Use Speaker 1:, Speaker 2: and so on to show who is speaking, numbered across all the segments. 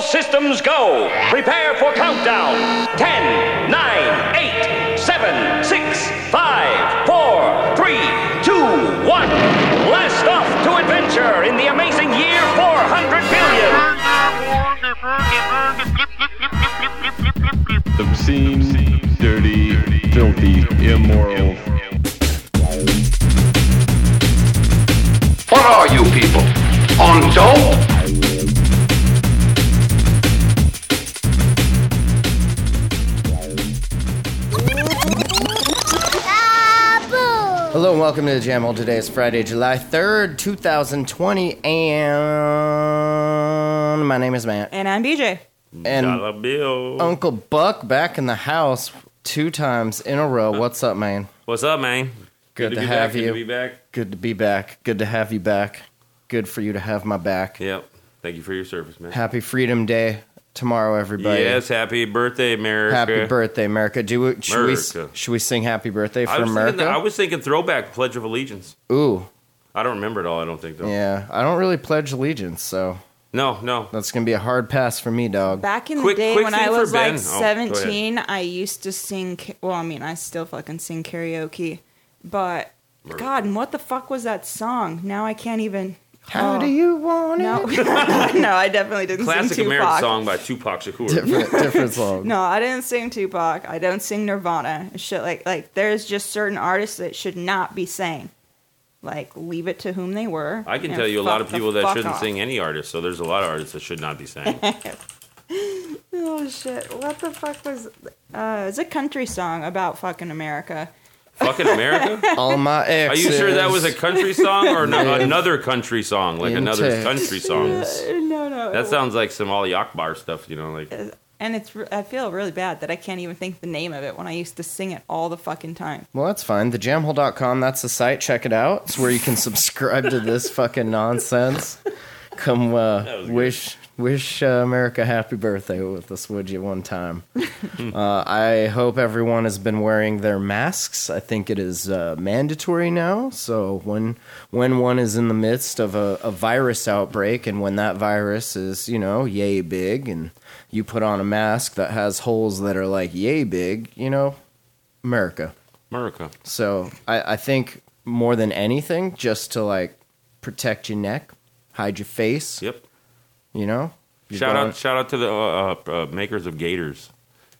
Speaker 1: systems go. Prepare for countdown. 10, 9, 8, 7, 6, 5, 4, 3, 2, 1. Blast off to adventure in the amazing year 400 billion.
Speaker 2: obscene, dirty, filthy, immoral.
Speaker 3: What are you people? On dope?
Speaker 4: Hello and welcome to the Jam Hole. Today is Friday, July 3rd, 2020, and my name is Matt.
Speaker 5: And I'm BJ.
Speaker 6: Mm,
Speaker 4: And
Speaker 6: bill.
Speaker 4: Uncle Buck back in the house two times in a row. What's up, man?
Speaker 6: What's up, man?
Speaker 4: Good to
Speaker 6: be
Speaker 4: have
Speaker 6: back. Good
Speaker 4: you.
Speaker 6: to be back.
Speaker 4: Good to be back. Good to have you back. Good for you to have my back.
Speaker 6: Yep. Thank you for your service, man.
Speaker 4: Happy Freedom Day tomorrow, everybody.
Speaker 6: yes, happy birthday, America.
Speaker 4: Happy birthday, America. Do we, should,
Speaker 6: America.
Speaker 4: We, should we sing Happy Birthday for
Speaker 6: I was,
Speaker 4: America?
Speaker 6: thinking, I was thinking throwback Pledge of Allegiance.
Speaker 4: Ooh,
Speaker 6: I don't remember it all, I don't think, though.
Speaker 4: yeah. I don't really pledge allegiance, so
Speaker 6: No, no.
Speaker 4: that's going to be a hard pass for me, dog.
Speaker 5: Back in
Speaker 6: Quick-
Speaker 5: the day
Speaker 6: quick
Speaker 5: when
Speaker 6: thing
Speaker 5: I
Speaker 6: for
Speaker 5: was like
Speaker 6: Ben. Oh, go ahead.
Speaker 5: 17, I used to sing. ca- Well, I mean, I still fucking sing karaoke, but God, and what the fuck was that song? Now I can't even.
Speaker 4: How
Speaker 5: oh,
Speaker 4: do you want
Speaker 5: No, no, I definitely didn't
Speaker 6: Classic
Speaker 5: sing Tupac.
Speaker 6: American song by Tupac Shakur.
Speaker 4: different, different song.
Speaker 5: No, I didn't sing Tupac. I don't sing Nirvana. and Shit, like like there's just certain artists that should not be sang. Like leave it to whom they were.
Speaker 6: I can
Speaker 5: and
Speaker 6: tell you a lot
Speaker 5: fuck
Speaker 6: of
Speaker 5: the
Speaker 6: people that
Speaker 5: fuck
Speaker 6: shouldn't
Speaker 5: off.
Speaker 6: sing any artist, so there's a lot of artists that should not be sang.
Speaker 5: Oh shit! What the fuck was? Uh, it's a country song about fucking America.
Speaker 6: Fucking America?
Speaker 4: All my
Speaker 6: Are
Speaker 4: exes.
Speaker 6: you sure that was a country song or no, another country song? Like
Speaker 4: In
Speaker 6: another
Speaker 4: Texas.
Speaker 6: country song?
Speaker 4: Uh,
Speaker 5: No, no.
Speaker 6: That sounds like some Ali Akbar stuff, you know, like
Speaker 5: and it's. re- I feel really bad that I can't even think the name of it when I used to sing it all the fucking time.
Speaker 4: Well, that's fine. Thejamhole.com, that's the site. Check it out. It's where you can subscribe to this fucking nonsense. Come uh,
Speaker 6: was good.
Speaker 4: wish wish uh, America happy birthday with us, would you, one time. uh, I hope everyone has been wearing their masks. I think it is uh, mandatory now. So when when one is in the midst of a, a virus outbreak and when that virus is, you know, yay big and you put on a mask that has holes that are like yay big, you know, America.
Speaker 6: America.
Speaker 4: So I, I think more than anything, just to like protect your neck, hide your face.
Speaker 6: Yep.
Speaker 4: You know. You're
Speaker 6: Shout
Speaker 4: going-
Speaker 6: out! Shout out to the uh, uh, uh, makers of gators.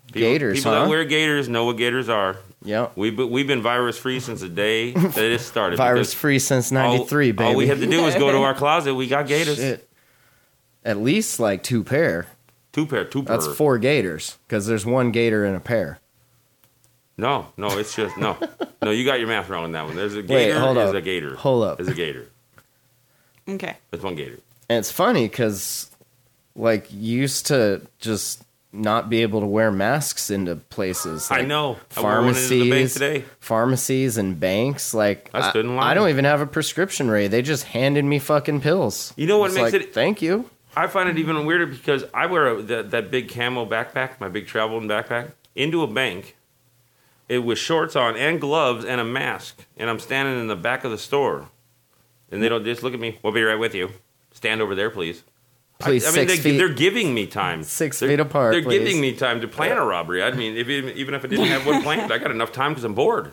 Speaker 6: People,
Speaker 4: Gators,
Speaker 6: People
Speaker 4: huh?
Speaker 6: that wear gators know what gators are.
Speaker 4: Yep.
Speaker 6: We've been, we've been virus free since the day that it started.
Speaker 4: Virus
Speaker 6: because
Speaker 4: free since
Speaker 6: all-
Speaker 4: '93, baby.
Speaker 6: All we had to do was go to our closet. We got gators.
Speaker 4: Shit. At least like two pair.
Speaker 6: Two pair. Two pair.
Speaker 4: That's four gators because there's one gator in a pair.
Speaker 6: No, no, it's just no, no. You got your math wrong on that one. There's a gator.
Speaker 4: hold
Speaker 6: is
Speaker 4: up.
Speaker 6: a gator.
Speaker 4: Hold up.
Speaker 6: Is a gator.
Speaker 5: Okay.
Speaker 6: That's one gator.
Speaker 4: And it's funny because like you used to just not be able to wear masks into places.
Speaker 6: I
Speaker 4: like,
Speaker 6: know.
Speaker 4: pharmacies,
Speaker 6: I went into the bank today.
Speaker 4: pharmacies and banks. Like
Speaker 6: I stood in line.
Speaker 4: I don't even have a prescription Ray. They just handed me fucking pills.
Speaker 6: You know what
Speaker 4: It's
Speaker 6: makes
Speaker 4: like,
Speaker 6: it-
Speaker 4: Thank you.
Speaker 6: I find it even weirder because I wear a, that, that big camo backpack, my big traveling backpack, into a bank. It with shorts on and gloves and a mask, and I'm standing in the back of the store, and they don't just look at me. We'll be right with you. Stand over there, please.
Speaker 4: Please,
Speaker 6: I, I mean,
Speaker 4: six
Speaker 6: they,
Speaker 4: feet.
Speaker 6: they're giving me time.
Speaker 4: 6
Speaker 6: They're-
Speaker 4: feet apart,
Speaker 6: They're
Speaker 4: please.
Speaker 6: giving me time to plan a robbery. I mean, if, even if I didn't have one planned, I got enough time because I'm bored.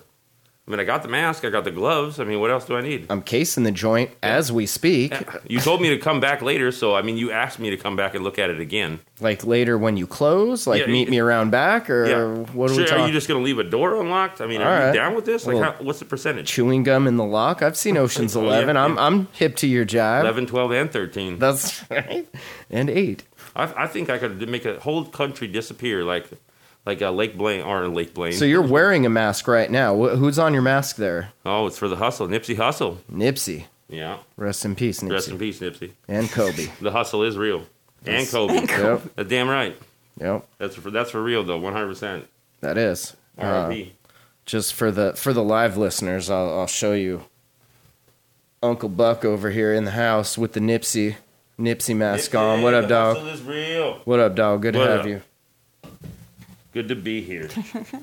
Speaker 6: I mean, I got the mask, I got the gloves. I mean, what else do I need?
Speaker 4: I'm casing the joint as we speak.
Speaker 6: You told me to come back later, so I mean, you asked me to come back and look at it again.
Speaker 4: Like later when you close, like
Speaker 6: Yeah,
Speaker 4: meet
Speaker 6: it-
Speaker 4: me around back, or what are
Speaker 6: Sure,
Speaker 4: we talking?
Speaker 6: you just going to leave a door unlocked? I mean,
Speaker 4: All
Speaker 6: are
Speaker 4: right.
Speaker 6: you down with this? Like,
Speaker 4: Well-
Speaker 6: how, what's the percentage?
Speaker 4: Chewing gum in the lock. I've seen Ocean's
Speaker 6: Oh, yeah,
Speaker 4: Eleven. I'm
Speaker 6: yeah.
Speaker 4: I'm hip to your jive.
Speaker 6: 11, 12, and 13.
Speaker 4: That's right. And eight.
Speaker 6: I, I think I could make a whole country disappear like like uh, Lake Blaine or Lake Blaine.
Speaker 4: So you're wearing a mask right now. Wh- Who's on your mask there?
Speaker 6: oh, it's for the hustle. Nipsey Hustle.
Speaker 4: Nipsey.
Speaker 6: Yeah.
Speaker 4: Rest in peace, Nipsey.
Speaker 6: Rest in peace, Nipsey.
Speaker 4: And Kobe.
Speaker 6: The hustle is real. And Kobe.
Speaker 4: yep.
Speaker 6: That's damn right.
Speaker 4: Yep.
Speaker 6: That's for, that's for real, though, 100%.
Speaker 4: That is. Uh,
Speaker 6: R.I.P.
Speaker 4: just for the for the live listeners, I'll, I'll show you Uncle Buck over here in the house with the Nipsey Nipsey mask on. What up,
Speaker 6: the
Speaker 4: dog?
Speaker 6: hustle is real.
Speaker 4: What up, dog? Good to
Speaker 6: What
Speaker 4: have
Speaker 6: up?
Speaker 4: you.
Speaker 6: Good to be here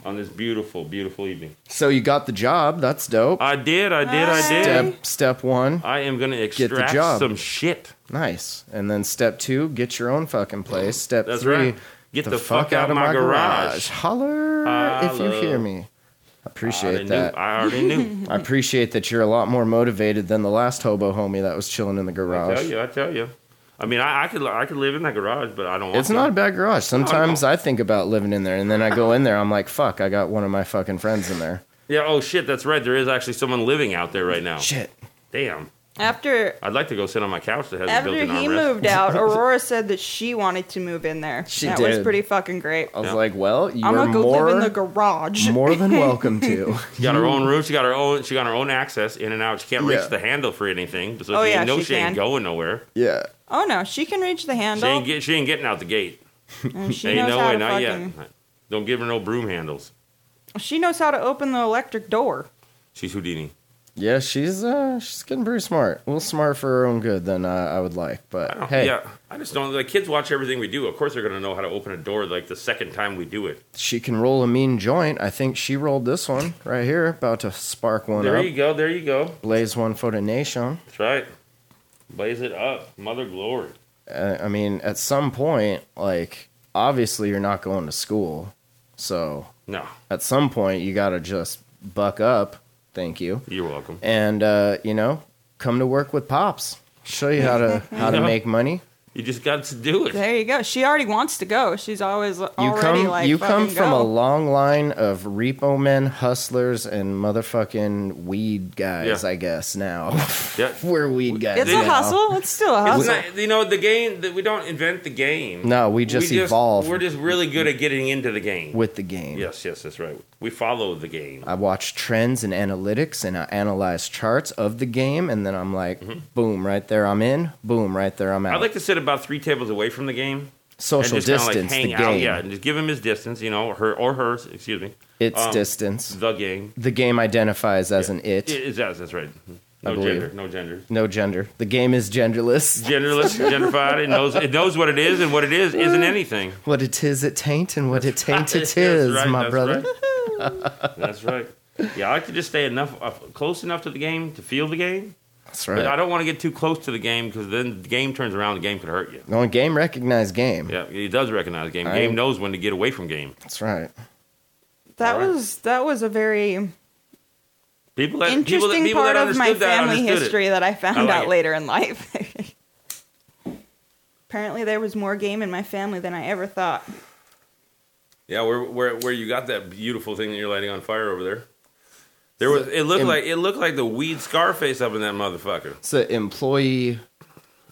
Speaker 6: on this beautiful, beautiful evening.
Speaker 4: So you got the job. That's dope.
Speaker 6: I did, I did, I did.
Speaker 4: Step step one.
Speaker 6: I am going to
Speaker 4: the
Speaker 6: extract
Speaker 4: job.
Speaker 6: some shit
Speaker 4: Nice. And then step two, get your own fucking place. Step
Speaker 6: That's
Speaker 4: three,
Speaker 6: right. Get the fuck out of my garage.
Speaker 4: Holler, if you
Speaker 6: Holler.
Speaker 4: hear me.
Speaker 6: I
Speaker 4: Appreciate
Speaker 6: already
Speaker 4: that.
Speaker 6: knew. I already knew.
Speaker 4: I appreciate that you're a lot more motivated than the last hobo homie that was chilling in the
Speaker 6: I tell
Speaker 4: garage.
Speaker 6: you, I tell you. I mean, I, I could, li- I could live in that garage, but I don't. Want
Speaker 4: It's
Speaker 6: to.
Speaker 4: not a bad garage. Sometimes I think about living in there, and then I go in there. I'm like, fuck, I got one of my fucking friends in there.
Speaker 6: Yeah. Oh shit, that's right. There is actually someone living out there right now.
Speaker 4: Shit.
Speaker 6: Damn.
Speaker 5: After
Speaker 6: I'd like to go sit on my couch that has a
Speaker 5: after
Speaker 6: built-in
Speaker 5: he
Speaker 6: armrest.
Speaker 5: moved out, Aurora said that she wanted to move in there.
Speaker 4: She
Speaker 5: that was
Speaker 4: did.
Speaker 5: pretty fucking great.
Speaker 4: I was like, well,
Speaker 5: I'm
Speaker 4: you're
Speaker 5: gonna go
Speaker 4: more,
Speaker 5: live in the garage.
Speaker 4: more than welcome to.
Speaker 6: She got her own room. She got her own. She got her own access in and out. She can't
Speaker 4: Yeah.
Speaker 6: reach the handle for anything. So
Speaker 5: Oh,
Speaker 6: she
Speaker 5: yeah,
Speaker 6: knows
Speaker 5: she
Speaker 6: she, ain't
Speaker 5: can.
Speaker 6: going nowhere.
Speaker 4: yeah.
Speaker 5: oh no, she can reach the
Speaker 6: She
Speaker 5: handle.
Speaker 6: ain't, get, she ain't getting out the gate.
Speaker 5: and she
Speaker 6: ain't
Speaker 5: knows
Speaker 6: no
Speaker 5: how
Speaker 6: way.
Speaker 5: to
Speaker 6: Not
Speaker 5: fucking,
Speaker 6: yet. Don't give her no broom handles.
Speaker 5: She knows how to open the electric door.
Speaker 6: She's Houdini.
Speaker 4: Yeah, she's uh, she's getting pretty smart. A little smart for her own good than uh, I would like. But hey,
Speaker 6: Oh, Yeah. I just don't. Like kids watch everything we do. Of course they're gonna know how to open a door like the second time we do it.
Speaker 4: she can roll a mean joint. I think she rolled this one right here, about to spark one
Speaker 6: There
Speaker 4: up,
Speaker 6: you go. There you go.
Speaker 4: blaze one for the nation.
Speaker 6: That's right. Blaze it up, mother glory.
Speaker 4: Uh, I mean, at some point, like obviously you're not going to school, so
Speaker 6: No,
Speaker 4: at some point you gotta just buck up. Thank you,
Speaker 6: you're welcome.
Speaker 4: and uh, you know, come to work with pops. Show you how to how to
Speaker 6: Yeah.
Speaker 4: make money.
Speaker 6: You just got to do it.
Speaker 5: There you go. She already wants to go. She's always
Speaker 4: You
Speaker 5: already
Speaker 4: come,
Speaker 5: like
Speaker 4: you come
Speaker 5: fucking
Speaker 4: from
Speaker 5: go.
Speaker 4: a long line of repo men, hustlers, and motherfucking weed guys.
Speaker 6: Yeah.
Speaker 4: I guess now
Speaker 6: Yeah.
Speaker 4: we're weed guys.
Speaker 5: It's
Speaker 6: you
Speaker 5: a
Speaker 4: now.
Speaker 5: hustle. It's still a hustle.
Speaker 6: It's not- you know the game that we don't invent the game.
Speaker 4: No, we just evolve.
Speaker 6: We're just really good at getting into the game.
Speaker 4: with the game.
Speaker 6: yes, yes, that's right. We follow the game.
Speaker 4: I watch trends and analytics, and I analyze charts of the game, and then I'm like, boom, right there, I'm in. Boom, right there, I'm out.
Speaker 6: I'd Mm-hmm. like to sit about three tables away from the game
Speaker 4: Social
Speaker 6: and just kinda,
Speaker 4: distance,
Speaker 6: like
Speaker 4: the
Speaker 6: hang
Speaker 4: game.
Speaker 6: out. Yeah, and just give him his distance. You know, her or hers. Excuse me.
Speaker 4: It's
Speaker 6: Um,
Speaker 4: distance.
Speaker 6: The game.
Speaker 4: The game identifies as an it.
Speaker 6: It is us. That's right.
Speaker 4: I
Speaker 6: No
Speaker 4: believe.
Speaker 6: gender. No gender.
Speaker 4: No gender. The game is genderless.
Speaker 6: Genderless, genderfied. It knows. It knows what it is, and what it is isn't anything.
Speaker 4: What it is, it taint, and what it taint,
Speaker 6: That's
Speaker 4: it is,
Speaker 6: right,
Speaker 4: my
Speaker 6: that's
Speaker 4: brother.
Speaker 6: right. That's right. Yeah, I like to just stay enough uh, close enough to the game to feel the game,
Speaker 4: That's
Speaker 6: but
Speaker 4: right.
Speaker 6: I don't want to get too close to the game because then the game turns around. The game could hurt you.
Speaker 4: No, game recognized game.
Speaker 6: Yeah, it does recognize game.
Speaker 4: I-
Speaker 6: Game knows when to get away from game.
Speaker 4: That's right.
Speaker 5: that
Speaker 6: Alright.
Speaker 5: was that was a very
Speaker 6: People that people that,
Speaker 5: interesting
Speaker 6: people
Speaker 5: part
Speaker 6: that
Speaker 5: of my
Speaker 6: understood that
Speaker 5: family
Speaker 6: understood it.
Speaker 5: history that I found
Speaker 6: I like
Speaker 5: out
Speaker 6: it.
Speaker 5: later in life. Apparently, there was more game in my family than I ever thought.
Speaker 6: Yeah, where, where where you got that beautiful thing that you're lighting on fire over there? There was it looked
Speaker 4: in-
Speaker 6: like it looked like the weed Scarface up in that motherfucker.
Speaker 4: It's an employee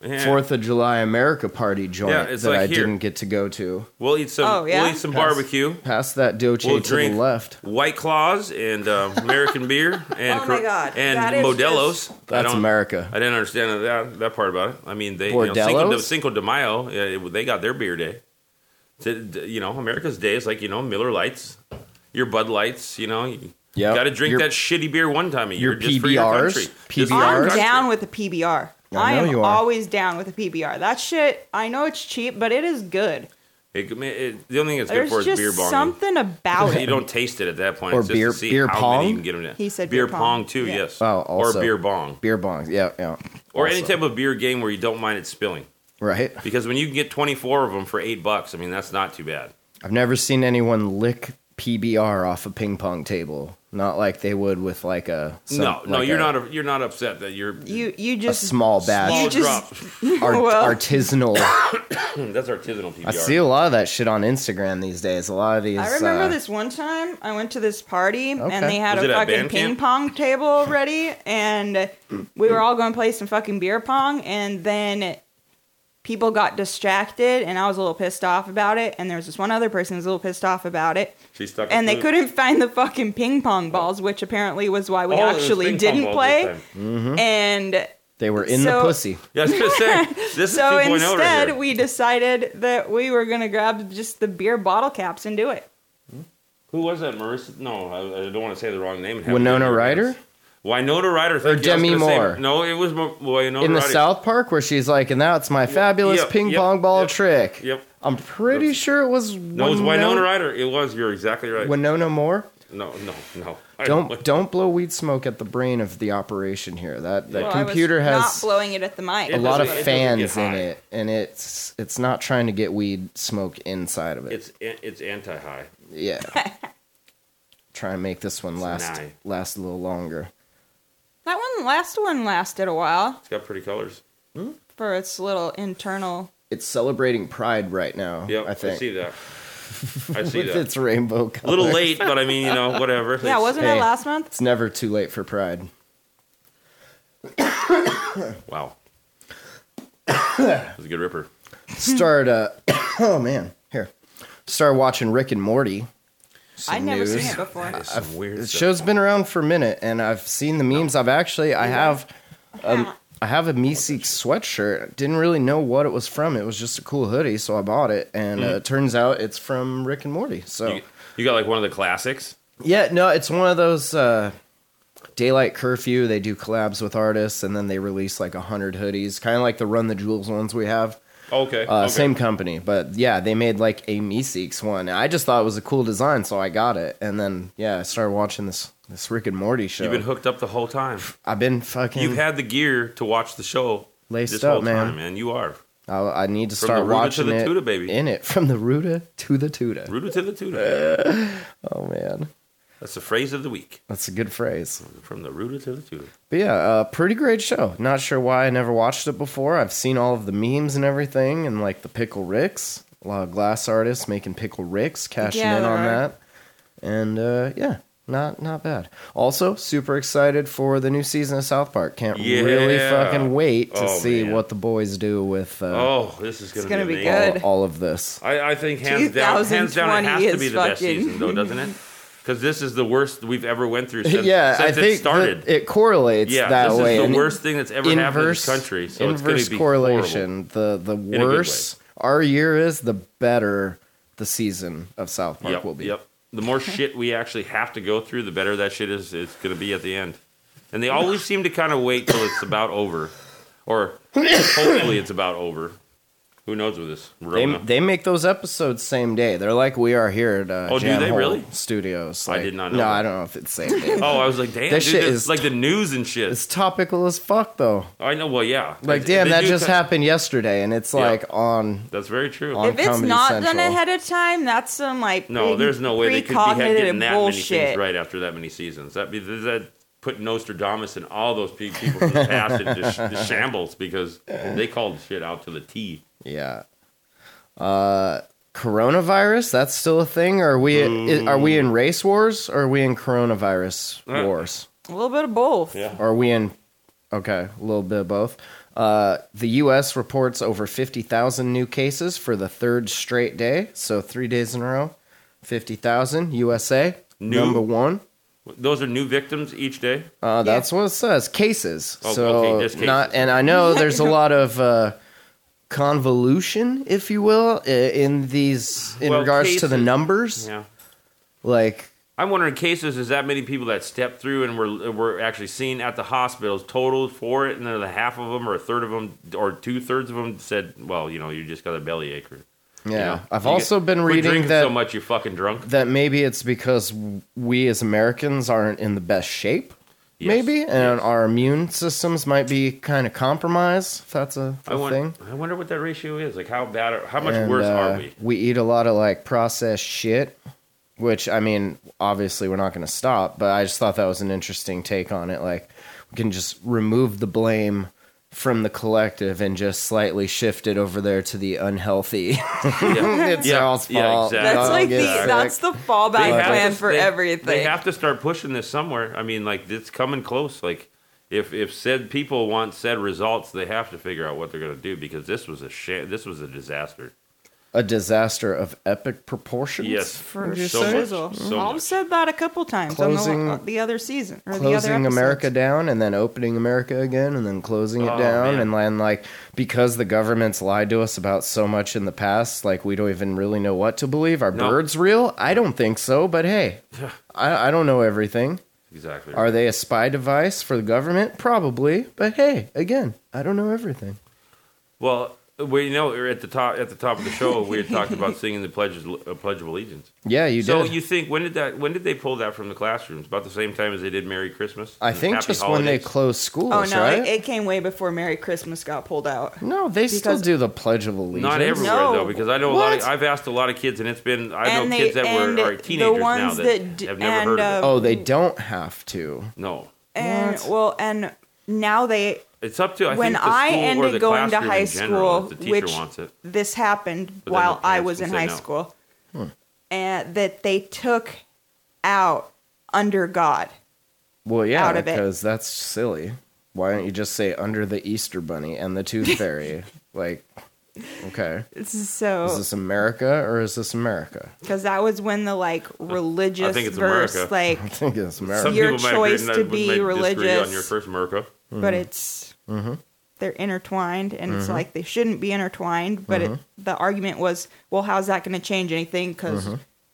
Speaker 6: Yeah.
Speaker 4: Fourth of July America party joint
Speaker 6: Yeah, it's
Speaker 4: that
Speaker 6: like
Speaker 4: I
Speaker 6: here.
Speaker 4: didn't get to go to.
Speaker 6: We'll eat some.
Speaker 5: Oh, yeah?
Speaker 6: We'll eat some
Speaker 4: Pass-
Speaker 6: barbecue.
Speaker 4: Past that doche
Speaker 6: We'll
Speaker 4: to
Speaker 6: drink
Speaker 4: the left.
Speaker 6: White Claws and uh, American beer and
Speaker 5: Oh my
Speaker 6: Cor-
Speaker 5: God.
Speaker 6: and
Speaker 5: That is
Speaker 6: Modelo's. I
Speaker 4: That's
Speaker 6: don't,
Speaker 4: America.
Speaker 6: I didn't understand that that part about it. I mean, they you know, Cinco, de,
Speaker 4: Bordellos?
Speaker 6: Cinco de Mayo, uh, it- they got their beer day. To- d- you know, America's day is like you know Miller Lights, your Bud Lights. You know, you
Speaker 4: Yep.
Speaker 6: got to drink
Speaker 4: Your-
Speaker 6: that shitty beer one time a year
Speaker 4: your
Speaker 6: just for your
Speaker 4: PBRs,
Speaker 6: country. Just for your
Speaker 5: I'm
Speaker 4: PBRs.
Speaker 6: country.
Speaker 5: down with the PBR. I,
Speaker 4: I know
Speaker 5: am
Speaker 4: you are.
Speaker 5: always down with the PBR. That shit, I know it's cheap, but it is good.
Speaker 6: It, it- the only thing it's good
Speaker 5: There's
Speaker 6: for is
Speaker 5: just
Speaker 6: beer bonging.
Speaker 5: something about
Speaker 6: you
Speaker 5: it.
Speaker 6: don't taste it at that point.
Speaker 4: Or
Speaker 6: it's just
Speaker 4: beer-
Speaker 6: to see
Speaker 4: beer
Speaker 6: how
Speaker 4: pong?
Speaker 6: Many you can get them down.
Speaker 5: He said
Speaker 6: beer
Speaker 5: beer pong.
Speaker 6: pong too.
Speaker 5: Yeah.
Speaker 6: Yes.
Speaker 4: Oh, also-
Speaker 6: or beer bong,
Speaker 4: Beer bongs. Yeah, yeah.
Speaker 6: or any
Speaker 4: Also.
Speaker 6: type of beer game where you don't mind it spilling.
Speaker 4: Right.
Speaker 6: Because when you can get 24 of them for eight bucks, I mean that's not too bad.
Speaker 4: I've never seen anyone lick PBR off a ping pong table. Not like they would with like a some-
Speaker 6: no, no,
Speaker 4: like
Speaker 6: you're
Speaker 4: a-
Speaker 6: not. A, you're not upset that you're
Speaker 5: You you
Speaker 4: a
Speaker 5: just
Speaker 4: small
Speaker 6: small
Speaker 4: batch
Speaker 5: just-
Speaker 6: drop.
Speaker 4: art,
Speaker 5: well.
Speaker 4: artisanal.
Speaker 6: that's artisanal PBR.
Speaker 4: I see a lot of that shit on Instagram these days. A lot of these.
Speaker 5: I remember
Speaker 4: uh,
Speaker 5: this one time I went to this party
Speaker 4: Okay.
Speaker 5: and they had
Speaker 6: Was it
Speaker 5: a
Speaker 6: at
Speaker 5: fucking
Speaker 6: band
Speaker 5: ping
Speaker 6: camp?
Speaker 5: pong table ready and we were all going to play some fucking beer pong and then people got distracted and I was a little pissed off about it and there was this one other person who was a little pissed off about it
Speaker 6: She's stuck.
Speaker 5: and
Speaker 6: with
Speaker 5: they
Speaker 6: food.
Speaker 5: couldn't find the fucking ping pong balls which apparently was why we
Speaker 6: Oh, it was
Speaker 5: actually
Speaker 6: ping pong
Speaker 5: didn't
Speaker 6: balls
Speaker 5: play
Speaker 6: this time. Hmm?
Speaker 5: and
Speaker 4: They were in the
Speaker 5: So-
Speaker 4: pussy.
Speaker 6: Yeah, I was gonna say this
Speaker 5: so
Speaker 6: is 2.0 right
Speaker 5: instead
Speaker 6: here.
Speaker 5: we decided that we were going to grab just the beer bottle caps and do it
Speaker 6: Who was that, Marissa? No, I, I don't want to say the wrong name. and have
Speaker 4: Winona
Speaker 6: it-
Speaker 4: Ryder
Speaker 6: Winona Ryder.
Speaker 4: Or
Speaker 6: thank you, I was
Speaker 4: Demi
Speaker 6: gonna say-
Speaker 4: Moore.
Speaker 6: no, it was Mo- Winona
Speaker 4: in the
Speaker 6: Ryder.
Speaker 4: South Park, where she's like, and that's my fabulous
Speaker 6: yep,
Speaker 4: ping
Speaker 6: yep,
Speaker 4: pong ball
Speaker 6: yep,
Speaker 4: trick.
Speaker 6: Yep.
Speaker 4: I'm pretty
Speaker 6: Those-
Speaker 4: sure it was
Speaker 6: No, it was
Speaker 4: Winona-
Speaker 6: Winona Ryder. It was. You're exactly right.
Speaker 4: Winona Moore.
Speaker 6: No, no, no. I
Speaker 4: Don't don't blow weed smoke at the brain of the operation here. That that
Speaker 5: Well, I was
Speaker 4: computer
Speaker 5: not
Speaker 4: has
Speaker 5: blowing it at the mic.
Speaker 4: a lot of
Speaker 6: doesn't- it doesn't get
Speaker 4: fans in
Speaker 6: high.
Speaker 4: it, and it's it's not trying to get weed smoke inside of it.
Speaker 6: It's it's anti-high.
Speaker 4: yeah. Try and make this one last
Speaker 6: nigh.
Speaker 4: last a little longer.
Speaker 5: That one, last one, lasted a while
Speaker 6: It's got pretty colors.
Speaker 5: for its little internal.
Speaker 4: It's celebrating Pride right now.
Speaker 6: Yep,
Speaker 4: I
Speaker 6: I,
Speaker 4: think
Speaker 6: see that. I see
Speaker 4: with
Speaker 6: that.
Speaker 4: its rainbow color.
Speaker 6: a little late, but I mean, you know, whatever.
Speaker 5: Yeah, wasn't
Speaker 4: hey.
Speaker 5: it last month?
Speaker 4: It's never too late for Pride.
Speaker 6: Wow. that was a good ripper.
Speaker 4: Start uh oh man here. Start watching Rick and Morty.
Speaker 5: I'd never
Speaker 4: news. Uh,
Speaker 5: seen it before.
Speaker 6: That is some weird
Speaker 4: The
Speaker 6: stuff.
Speaker 4: show's been around for a minute, and I've seen the memes. I've actually, I have, um, I have a Meeseek sweatshirt. Didn't really know what it was from. It was just a cool hoodie, so I bought it, and uh, it turns out it's from Rick and Morty. So
Speaker 6: Mm-hmm. You, you got like one of the classics.
Speaker 4: yeah, no, it's one of those uh, daylight curfew. They do collabs with artists, and then they release like a hundred hoodies, kind of like the Run the Jewels ones we have.
Speaker 6: Okay.
Speaker 4: Uh,
Speaker 6: okay.
Speaker 4: Same company, but yeah, they made like a Meeseeks one. I just thought it was a cool design, so I got it. And then yeah, I started watching this this Rick and Morty show.
Speaker 6: You've been hooked up the whole time.
Speaker 4: I've been fucking.
Speaker 6: You've had the gear to watch the show
Speaker 4: Laced
Speaker 6: this
Speaker 4: up,
Speaker 6: whole
Speaker 4: man.
Speaker 6: time, man. You are.
Speaker 4: I, I need to
Speaker 6: From
Speaker 4: start
Speaker 6: the Ruta to
Speaker 4: watching
Speaker 6: the
Speaker 4: it.
Speaker 6: Tuta, baby.
Speaker 4: In it from the Ruta to the Tuta.
Speaker 6: Rooted to the Tuta.
Speaker 4: Oh man,
Speaker 6: That's the phrase of the week.
Speaker 4: that's a good phrase.
Speaker 6: From the Rooted to the Tuta.
Speaker 4: But yeah, uh, pretty great show. Not sure why I never watched it before. I've seen all of the memes and everything, and like the pickle ricks. A lot of glass artists making pickle ricks, cashing
Speaker 5: Yeah,
Speaker 4: in
Speaker 5: there
Speaker 4: on
Speaker 5: are.
Speaker 4: that. And uh, yeah, not not bad. Also, super excited for the new season of South Park. Can't really
Speaker 6: Yeah.
Speaker 4: fucking wait to
Speaker 6: Oh,
Speaker 4: see
Speaker 6: man.
Speaker 4: what the boys do with uh,
Speaker 6: Oh, this is going to
Speaker 5: gonna
Speaker 6: be,
Speaker 5: be
Speaker 6: amazing.
Speaker 5: good.
Speaker 4: all, all of this.
Speaker 6: I, I think hands down, hands down, it
Speaker 5: 2020
Speaker 6: has to
Speaker 5: is
Speaker 6: be the best
Speaker 5: fucking-
Speaker 6: season, though, doesn't it? Because this is the worst we've ever went through since,
Speaker 4: yeah,
Speaker 6: since
Speaker 4: I think
Speaker 6: it started.
Speaker 4: that it correlates
Speaker 6: yeah,
Speaker 4: that
Speaker 6: this
Speaker 4: way.
Speaker 6: is
Speaker 4: And
Speaker 6: the worst thing that's ever happened in this country. So it's going
Speaker 4: inverse
Speaker 6: to be horrible.
Speaker 4: correlation. The the
Speaker 6: good way.
Speaker 4: worse our year is, the better the season of South Park
Speaker 6: Yep,
Speaker 4: will be.
Speaker 6: yep. The more shit we actually have to go through, the better that shit is. It's going to be at the end. And they always seem to kind of wait till it's about over, or hopefully it's about over. Who knows with this?
Speaker 4: They,
Speaker 6: Rona.
Speaker 4: they make those episodes same day. They're like we are here at uh,
Speaker 6: Oh, do
Speaker 4: Jam
Speaker 6: they
Speaker 4: Hole
Speaker 6: really?
Speaker 4: Studios.
Speaker 6: I
Speaker 4: Like,
Speaker 6: did not know
Speaker 4: No,
Speaker 6: that.
Speaker 4: I don't know if it's same day.
Speaker 6: oh, I was like, damn,
Speaker 4: That
Speaker 6: dude,
Speaker 4: shit
Speaker 6: that's
Speaker 4: is-
Speaker 6: like the news and shit.
Speaker 4: it's topical as fuck though.
Speaker 6: I know. Well, yeah.
Speaker 4: Like,
Speaker 6: They-
Speaker 4: damn,
Speaker 6: they
Speaker 4: that
Speaker 6: do
Speaker 4: just
Speaker 6: cut-
Speaker 4: happened yesterday, and it's like on.
Speaker 6: That's very true.
Speaker 4: On-
Speaker 5: If it's
Speaker 4: Comedy
Speaker 5: not done
Speaker 4: Central.
Speaker 5: ahead of time, that's some like
Speaker 6: no,
Speaker 5: pre-
Speaker 6: there's no way they could be had-
Speaker 5: precognitive
Speaker 6: getting that many
Speaker 5: bullshit.
Speaker 6: things right after that many seasons. That be that put Nostradamus and all those pe- people from the past into sh- into shambles because they called shit out to the T.
Speaker 4: Yeah. Uh, coronavirus, that's still a thing? Or are we i- are we in race wars or are we in coronavirus
Speaker 6: Mm. Uh.
Speaker 4: wars?
Speaker 5: A little bit of both.
Speaker 4: Or are we in Okay, a little bit of both. Uh, the US reports over 50,000 new cases for the third straight day, so 3 days in a row. 50,000 USA
Speaker 6: New?
Speaker 4: number 1.
Speaker 6: Those are new victims each day.
Speaker 4: Uh, that's what it says. Cases.
Speaker 6: Oh,
Speaker 4: so
Speaker 6: okay, just
Speaker 4: not,
Speaker 6: cases.
Speaker 4: and I know there's a lot of uh, convolution, if you will, i- in these in
Speaker 6: Well,
Speaker 4: regards to the
Speaker 6: cases-
Speaker 4: numbers.
Speaker 6: Yeah.
Speaker 4: Like,
Speaker 6: I'm wondering cases is that many people that stepped through and were were actually seen at the hospitals total for it, and then the half of them or a third of them or two thirds of them said, "Well, you know, you just got a bellyache." Or, you
Speaker 4: yeah,
Speaker 6: know,
Speaker 4: I've
Speaker 6: you
Speaker 4: also
Speaker 6: get-
Speaker 4: been
Speaker 6: quit
Speaker 4: reading
Speaker 6: drinking
Speaker 4: that
Speaker 6: so much you fucking drunk.
Speaker 4: that maybe it's because we as Americans aren't in the best shape.
Speaker 6: Yes.
Speaker 4: Maybe and our immune systems might be kind of compromised. If that's a,
Speaker 6: I
Speaker 4: a
Speaker 6: wonder,
Speaker 4: thing.
Speaker 6: I wonder what that ratio is. Like, how bad? Are, how much
Speaker 4: And,
Speaker 6: worse
Speaker 4: uh,
Speaker 6: are we?
Speaker 4: We eat a lot of like processed shit, which I mean, obviously we're not going to stop, but I just thought that was an interesting take on it. Like, we can just remove the blame from the collective and just slightly shift it over there to the unhealthy.
Speaker 6: Yeah.
Speaker 4: it's
Speaker 6: Yeah,
Speaker 4: y'all's
Speaker 6: yeah,
Speaker 4: fault.
Speaker 6: exactly.
Speaker 5: That's
Speaker 4: Y'all
Speaker 5: like the
Speaker 4: get sick.
Speaker 5: that's the fallback
Speaker 6: have
Speaker 5: plan
Speaker 6: to-
Speaker 5: for
Speaker 6: they-
Speaker 5: everything.
Speaker 6: They have to start pushing this somewhere. I mean, like it's coming close. Like if if said people want said results, they have to figure out what they're going to do because this was a sh- this was a disaster.
Speaker 4: a disaster of epic proportions.
Speaker 6: Yes.
Speaker 5: for
Speaker 4: Would you
Speaker 6: so
Speaker 4: say?
Speaker 6: much.
Speaker 5: shizzle.
Speaker 6: So
Speaker 5: Mm-hmm. I've
Speaker 6: much.
Speaker 5: said that a couple times on
Speaker 4: Closing-
Speaker 5: the, the other season or the other
Speaker 4: closing
Speaker 5: episodes.
Speaker 4: America down and then opening America again and then closing it
Speaker 6: Oh,
Speaker 4: down
Speaker 6: man.
Speaker 4: and then like because the government's lied to us about so much in the past, like we don't even really know what to believe. Are
Speaker 6: No.
Speaker 4: birds real? I don't think so, but hey, I, I don't know everything.
Speaker 6: Exactly.
Speaker 4: Are they a spy device for the government? Probably, but hey, again, I don't know everything.
Speaker 6: well, Well, you know, at the top at the top of the show, we had talked about singing the pledges, uh, Pledge of Allegiance.
Speaker 4: Yeah, you
Speaker 6: so
Speaker 4: did.
Speaker 6: you think when did that? When did they pull that from the classrooms? About the same time as they did "Merry Christmas."
Speaker 4: I
Speaker 6: and
Speaker 4: think
Speaker 6: Happy
Speaker 4: just when they
Speaker 6: Holidays?
Speaker 4: closed schools,
Speaker 5: Oh no,
Speaker 4: right?
Speaker 5: it, it came way before Merry Christmas got pulled out.
Speaker 4: no, they still
Speaker 5: because-
Speaker 4: do the Pledge of Allegiance.
Speaker 6: Not everywhere
Speaker 5: No.
Speaker 6: though, because I know a lot. Of,
Speaker 4: What?
Speaker 6: I've asked a lot of kids, and it's been I
Speaker 5: And
Speaker 6: know
Speaker 5: they-
Speaker 6: kids that
Speaker 5: and
Speaker 6: were are
Speaker 5: the
Speaker 6: teenagers now
Speaker 5: ones
Speaker 6: that,
Speaker 5: that d-
Speaker 6: have never
Speaker 5: and,
Speaker 6: heard of it.
Speaker 5: uh,
Speaker 4: Oh, they don't have to.
Speaker 6: No,
Speaker 5: And
Speaker 4: Oh, What?
Speaker 5: well, and now they
Speaker 6: it's up to I
Speaker 5: when
Speaker 6: think the
Speaker 5: I
Speaker 6: school or
Speaker 5: ended
Speaker 6: the
Speaker 5: going to
Speaker 6: classroom
Speaker 5: high
Speaker 6: in general,
Speaker 5: school,
Speaker 6: if the teacher
Speaker 5: which-
Speaker 6: wants it.
Speaker 5: this happened
Speaker 6: the
Speaker 5: while I
Speaker 6: parents
Speaker 5: was
Speaker 6: can
Speaker 5: in
Speaker 6: say
Speaker 5: high
Speaker 6: no.
Speaker 5: school, and that they took out under God.
Speaker 4: Well, yeah,
Speaker 5: out of it.
Speaker 4: because that's silly. Why don't you just say under the Easter Bunny and the Tooth Fairy? like, okay, is
Speaker 5: So
Speaker 4: this America or is this America?
Speaker 5: because that was when the like religious
Speaker 6: it's
Speaker 5: verse,
Speaker 6: America.
Speaker 5: like,
Speaker 4: I think it's America.
Speaker 6: Some
Speaker 5: Your
Speaker 6: people might agree
Speaker 5: choice
Speaker 6: and I
Speaker 5: to
Speaker 6: would
Speaker 5: be
Speaker 6: may disagree
Speaker 5: religious.
Speaker 6: on your first Merca.
Speaker 4: Mm-hmm.
Speaker 5: but it's they're intertwined, and it's like they shouldn't be intertwined. But it,
Speaker 4: Mm-hmm.
Speaker 5: the argument was, well, how's that going to change anything? Because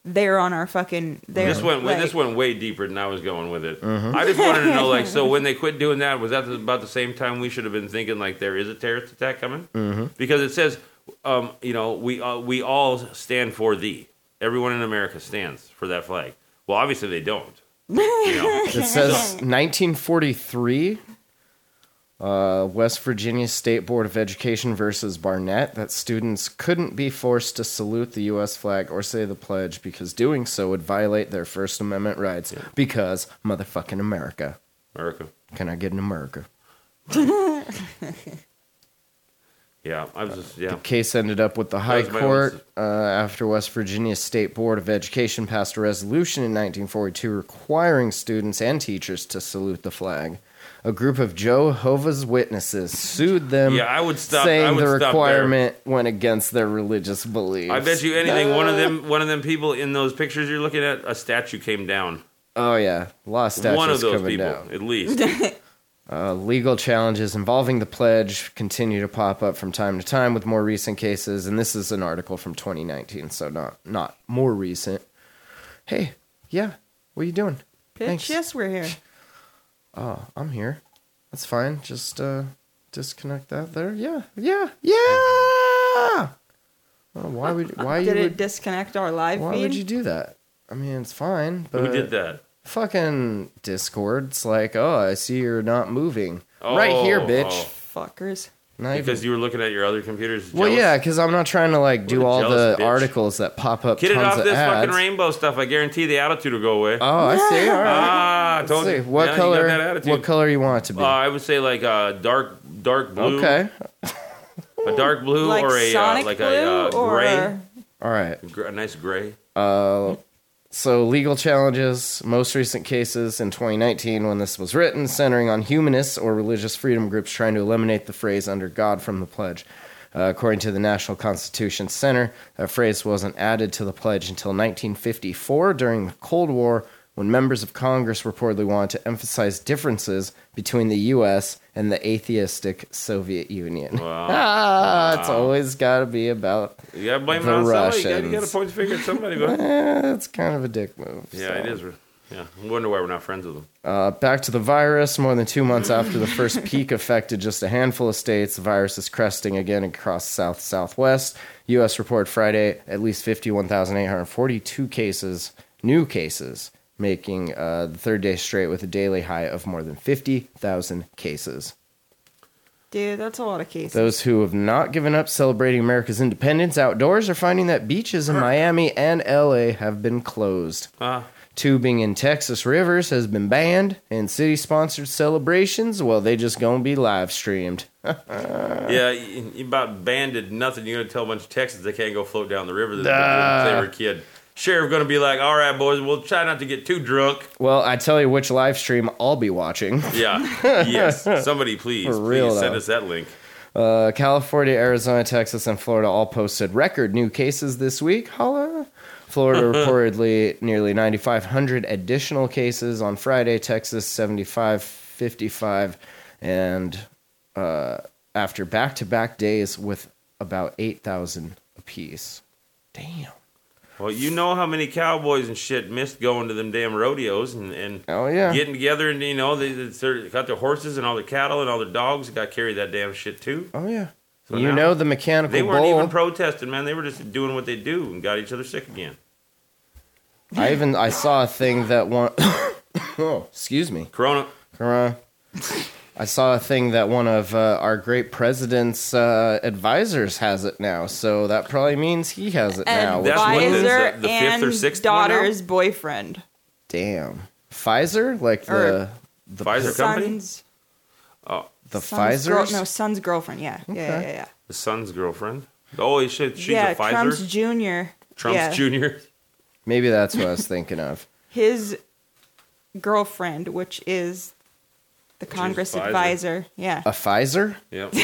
Speaker 5: they're on our fucking. They're,
Speaker 6: This went
Speaker 5: like,
Speaker 6: this went way deeper than I was going with it.
Speaker 4: Mm-hmm.
Speaker 6: I just wanted to know, like, so when they quit doing that, was that about the same time we should have been thinking like there is a terrorist attack coming? Mm-hmm. Because it says, um, you know, we uh, we all stand for thee. Everyone in America stands for that flag. Well, obviously they don't. You know?
Speaker 4: It says 1943, uh, West Virginia State Board of Education versus Barnett, that students couldn't be forced to salute the U.S. flag or say the pledge because doing so would violate their First Amendment rights because motherfucking America.
Speaker 6: America.
Speaker 4: Can I get an America?
Speaker 6: Yeah, I was just yeah.
Speaker 4: Case ended up with the High
Speaker 6: was my
Speaker 4: Court uh, after West Virginia State Board of Education passed a resolution in 1942 requiring students and teachers to salute the flag. A group of Jehovah's Witnesses sued them,
Speaker 6: Yeah, I would stop-
Speaker 4: saying
Speaker 6: I would
Speaker 4: the
Speaker 6: stop there.
Speaker 4: requirement went against their religious beliefs.
Speaker 6: I bet you anything, one of them, one of them people in those pictures you're looking at, a statue came down.
Speaker 4: Oh yeah, law statues
Speaker 6: one of those
Speaker 4: coming
Speaker 6: people,
Speaker 4: down.
Speaker 6: at least.
Speaker 4: Uh, legal challenges involving the pledge continue to pop up from time to time with more recent cases, and this is an article from 2019, so not not more recent. Hey, yeah, what are you doing?
Speaker 5: Bitch,
Speaker 4: Thanks.
Speaker 5: yes, we're here.
Speaker 4: Oh, I'm here. That's fine. Just uh, disconnect that there. Yeah, yeah, yeah. Well, why would why you
Speaker 5: Did it
Speaker 4: would,
Speaker 5: disconnect our live
Speaker 4: why
Speaker 5: feed?
Speaker 4: would you do that? I mean, it's fine, but
Speaker 6: Who did that?
Speaker 4: Fucking Discord's like, oh, I see you're not moving. right here,
Speaker 6: Oh,
Speaker 4: bitch.
Speaker 6: oh.
Speaker 5: Fuckers.
Speaker 4: Not even-
Speaker 6: Because you were looking at your other computers.
Speaker 4: Well,
Speaker 6: jealous?
Speaker 4: yeah, because I'm not trying to like do
Speaker 6: What a
Speaker 4: all the
Speaker 6: jealous bitch.
Speaker 4: articles that pop up.
Speaker 6: Get it
Speaker 4: tons
Speaker 6: off
Speaker 4: of
Speaker 6: this
Speaker 4: ads.
Speaker 6: fucking rainbow stuff. I guarantee the attitude will go away.
Speaker 4: Oh, I see. All right.
Speaker 6: ah, I told
Speaker 4: Let's see.
Speaker 6: you.
Speaker 4: What
Speaker 6: Yeah, you got that
Speaker 4: color?
Speaker 6: attitude.
Speaker 4: What color you want it to be?
Speaker 6: Uh, I would say like a dark, dark blue.
Speaker 4: okay.
Speaker 6: A dark blue
Speaker 5: Like
Speaker 6: or a uh,
Speaker 5: Sonic
Speaker 6: like
Speaker 5: blue
Speaker 6: a uh,
Speaker 5: or
Speaker 6: gray,
Speaker 4: All right.
Speaker 6: gr- a nice gray.
Speaker 4: So legal challenges, most recent cases in 2019 when this was written, centering on humanists or religious freedom groups trying to eliminate the phrase "under God" from the pledge. Uh, according to the National Constitution Center, that phrase wasn't added to the pledge until 1954 during the Cold War, when members of Congress reportedly wanted to emphasize differences between the U.S. and the atheistic Soviet Union. ah, it's always got to be about.
Speaker 6: You gotta blame it
Speaker 4: The
Speaker 6: on somebody. You gotta, you
Speaker 4: Russians.
Speaker 6: gotta point the finger at somebody. But
Speaker 4: Eh, it's kind of a dick move.
Speaker 6: yeah,
Speaker 4: so.
Speaker 6: it is. re- Yeah, I wonder why we're not friends with them.
Speaker 4: Uh, back to the virus. More than two months after the first peak affected just a handful of states, the virus is cresting again across south southwest. U.S. reported Friday at least 51,842 cases, new cases, making uh, the third day straight with a daily high of more than 50,000 cases.
Speaker 5: Dude, that's a lot of cases.
Speaker 4: Those who have not given up celebrating America's independence outdoors are finding that beaches in Miami and LA have been closed.
Speaker 6: Ah.
Speaker 4: Tubing in Texas rivers has been banned, and city sponsored celebrations, well, they just gonna be live streamed.
Speaker 6: yeah, you, you about banded nothing. You're gonna tell a bunch of Texans they can't go float down the river. That they were a kid. Sheriff gonna be like, all right, boys, we'll try not to get too drunk.
Speaker 4: Well, I tell you which live stream I'll be watching.
Speaker 6: Yeah. yes. Somebody please,
Speaker 4: For real,
Speaker 6: please send
Speaker 4: though.
Speaker 6: us that link.
Speaker 4: Uh, California, Arizona, Texas, and Florida all posted record new cases this week. Holla. Florida reportedly nearly 9,500 additional cases on Friday, Texas 75, 55, and uh, after back to back days with about 8,000 apiece. Damn.
Speaker 6: Well, you know how many cowboys and shit missed going to them damn rodeos and, and
Speaker 4: Oh, yeah.
Speaker 6: getting together and you know they, they sort of got their horses and all their cattle and all their dogs got carried that damn shit too.
Speaker 4: Oh, yeah.
Speaker 6: So
Speaker 4: you
Speaker 6: now-
Speaker 4: know the mechanical
Speaker 6: They weren't
Speaker 4: bull.
Speaker 6: even protesting, man. They were just doing what they do and got each other sick again.
Speaker 4: I even I saw a thing that one. oh, excuse me.
Speaker 6: Corona.
Speaker 4: Corona. I saw a thing that one of uh, our great president's uh, advisors has it now, so that probably means he has it now.
Speaker 5: And
Speaker 4: which
Speaker 6: That's what
Speaker 4: means-
Speaker 6: the-
Speaker 5: Pfizer
Speaker 6: the- the fifth
Speaker 5: and
Speaker 6: or sixth one now?
Speaker 5: daughter's boyfriend.
Speaker 4: Damn, Pfizer, like the
Speaker 5: Or-
Speaker 4: the
Speaker 6: Pfizer company?
Speaker 5: Son's,
Speaker 4: the
Speaker 5: son's girl-
Speaker 4: Pfizer's.
Speaker 5: no, son's girlfriend. Yeah, yeah, yeah, yeah. yeah.
Speaker 6: The son's girlfriend. Oh, shit. She's
Speaker 5: yeah,
Speaker 6: a Pfizer.
Speaker 5: Trump's
Speaker 6: Trump's,
Speaker 5: junior. yeah.
Speaker 6: junior.
Speaker 4: Maybe that's what I was thinking of.
Speaker 5: His girlfriend, which is the Congress
Speaker 6: Pfizer.
Speaker 5: advisor. Yeah.
Speaker 4: A Pfizer.
Speaker 6: Yep.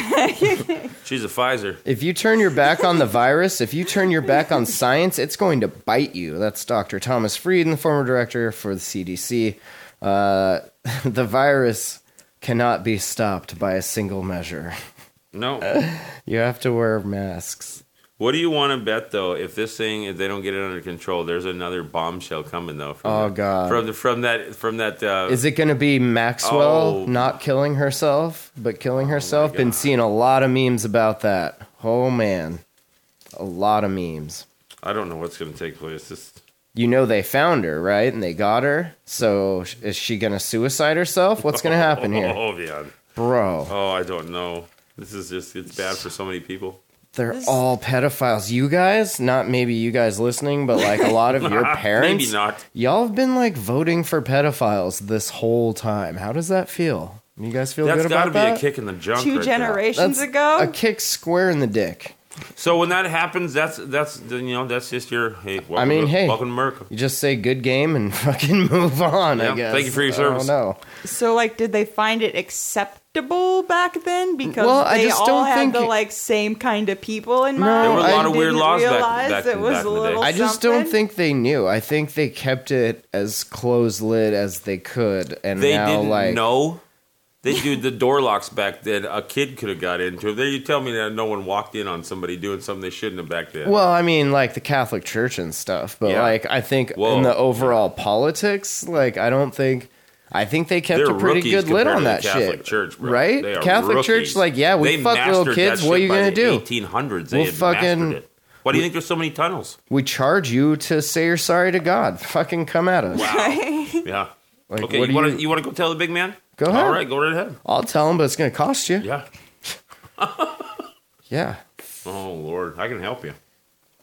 Speaker 6: She's a Pfizer.
Speaker 4: If you turn your back on the virus, if you turn your back on science, it's going to bite you. That's Dr. Thomas Frieden, former director for the CDC. Uh, the virus cannot be stopped by a single measure.
Speaker 6: No.
Speaker 4: You have to wear masks.
Speaker 6: What do you want to bet though? If this thing, if they don't get it under control, there's another bombshell coming though. From
Speaker 4: Oh,
Speaker 6: that,
Speaker 4: God.
Speaker 6: From the, from that from that. Uh,
Speaker 4: Is it going to be Maxwell
Speaker 6: Oh.
Speaker 4: not killing herself, but killing herself? Been
Speaker 6: God.
Speaker 4: seeing a lot of memes about that. Oh, man. A lot of memes.
Speaker 6: I don't know what's going to take place. This,
Speaker 4: you know they found her, right? And they got her. So sh- is she going to suicide herself? What's going to happen here?
Speaker 6: Oh man.
Speaker 4: Bro,
Speaker 6: Oh, I don't know. This is just it's bad for so many people.
Speaker 4: they're
Speaker 5: This-
Speaker 4: all pedophiles. You guys, not maybe you guys listening, but like a lot of your parents,
Speaker 6: Maybe not.
Speaker 4: y'all have been like voting for pedophiles this whole time. How does that feel? You guys feel
Speaker 6: That's
Speaker 4: good
Speaker 6: got to
Speaker 4: about
Speaker 6: be
Speaker 4: that?
Speaker 6: a kick in the junk.
Speaker 5: Two
Speaker 6: right there.
Speaker 5: generations ago.
Speaker 4: a kick square in the dick.
Speaker 6: So when that happens, that's that's you know that's just your hey. Welcome
Speaker 4: I mean,
Speaker 6: to,
Speaker 4: hey.
Speaker 6: welcome to America.
Speaker 4: You just say good game and fucking move on. I
Speaker 6: Yeah,
Speaker 4: guess.
Speaker 6: thank you for your service.
Speaker 4: I don't know.
Speaker 5: So, like, did they find it acceptable back then? Because
Speaker 4: Well, I
Speaker 5: they
Speaker 4: just
Speaker 5: all
Speaker 4: don't
Speaker 5: had
Speaker 4: think
Speaker 5: the
Speaker 4: it-
Speaker 5: like same kind of people in
Speaker 4: No,
Speaker 5: mind.
Speaker 4: There were a
Speaker 5: and
Speaker 4: lot of
Speaker 5: didn't
Speaker 6: weird laws back-
Speaker 5: realize
Speaker 6: back-
Speaker 5: it was
Speaker 6: back
Speaker 5: a
Speaker 6: in the day.
Speaker 5: little.
Speaker 4: I just don't
Speaker 5: something?
Speaker 4: think they knew. I think they kept it as close lid as they could, and
Speaker 6: They
Speaker 4: now
Speaker 6: didn't
Speaker 4: like
Speaker 6: know. They do the door locks back then. A kid could have got into it. There, you tell me that no one walked in on somebody doing something they shouldn't have back then.
Speaker 4: Well, I mean, like the Catholic Church and stuff, but
Speaker 6: Yeah.
Speaker 4: like I think
Speaker 6: Whoa.
Speaker 4: in the overall politics, like I don't think. I think they kept
Speaker 6: They're
Speaker 4: a pretty
Speaker 6: rookies
Speaker 4: good lid
Speaker 6: compared to
Speaker 4: on
Speaker 6: the
Speaker 4: that
Speaker 6: Catholic
Speaker 4: shit,
Speaker 6: Church, bro.
Speaker 4: right?
Speaker 6: They are
Speaker 4: Catholic Church,
Speaker 6: rookies.
Speaker 4: like, yeah, we
Speaker 6: They
Speaker 4: fuck little
Speaker 6: mastered
Speaker 4: kids.
Speaker 6: that
Speaker 4: What are
Speaker 6: shit
Speaker 4: you
Speaker 6: by
Speaker 4: gonna
Speaker 6: the
Speaker 4: do?
Speaker 6: 1800s. They
Speaker 4: We'll
Speaker 6: had
Speaker 4: fucking-
Speaker 6: mastered it. Why do you think there's so many tunnels?
Speaker 4: We charge you to say you're sorry to God. Fucking come at us.
Speaker 6: Wow. yeah.
Speaker 4: Like,
Speaker 6: okay,
Speaker 4: what
Speaker 6: you
Speaker 4: do
Speaker 6: want
Speaker 4: you-
Speaker 6: to you want to go tell the big man?
Speaker 4: Go ahead.
Speaker 6: All right, go right ahead.
Speaker 4: I'll tell them, but it's gonna cost you.
Speaker 6: Yeah.
Speaker 4: Yeah.
Speaker 6: Oh Lord, I can help you.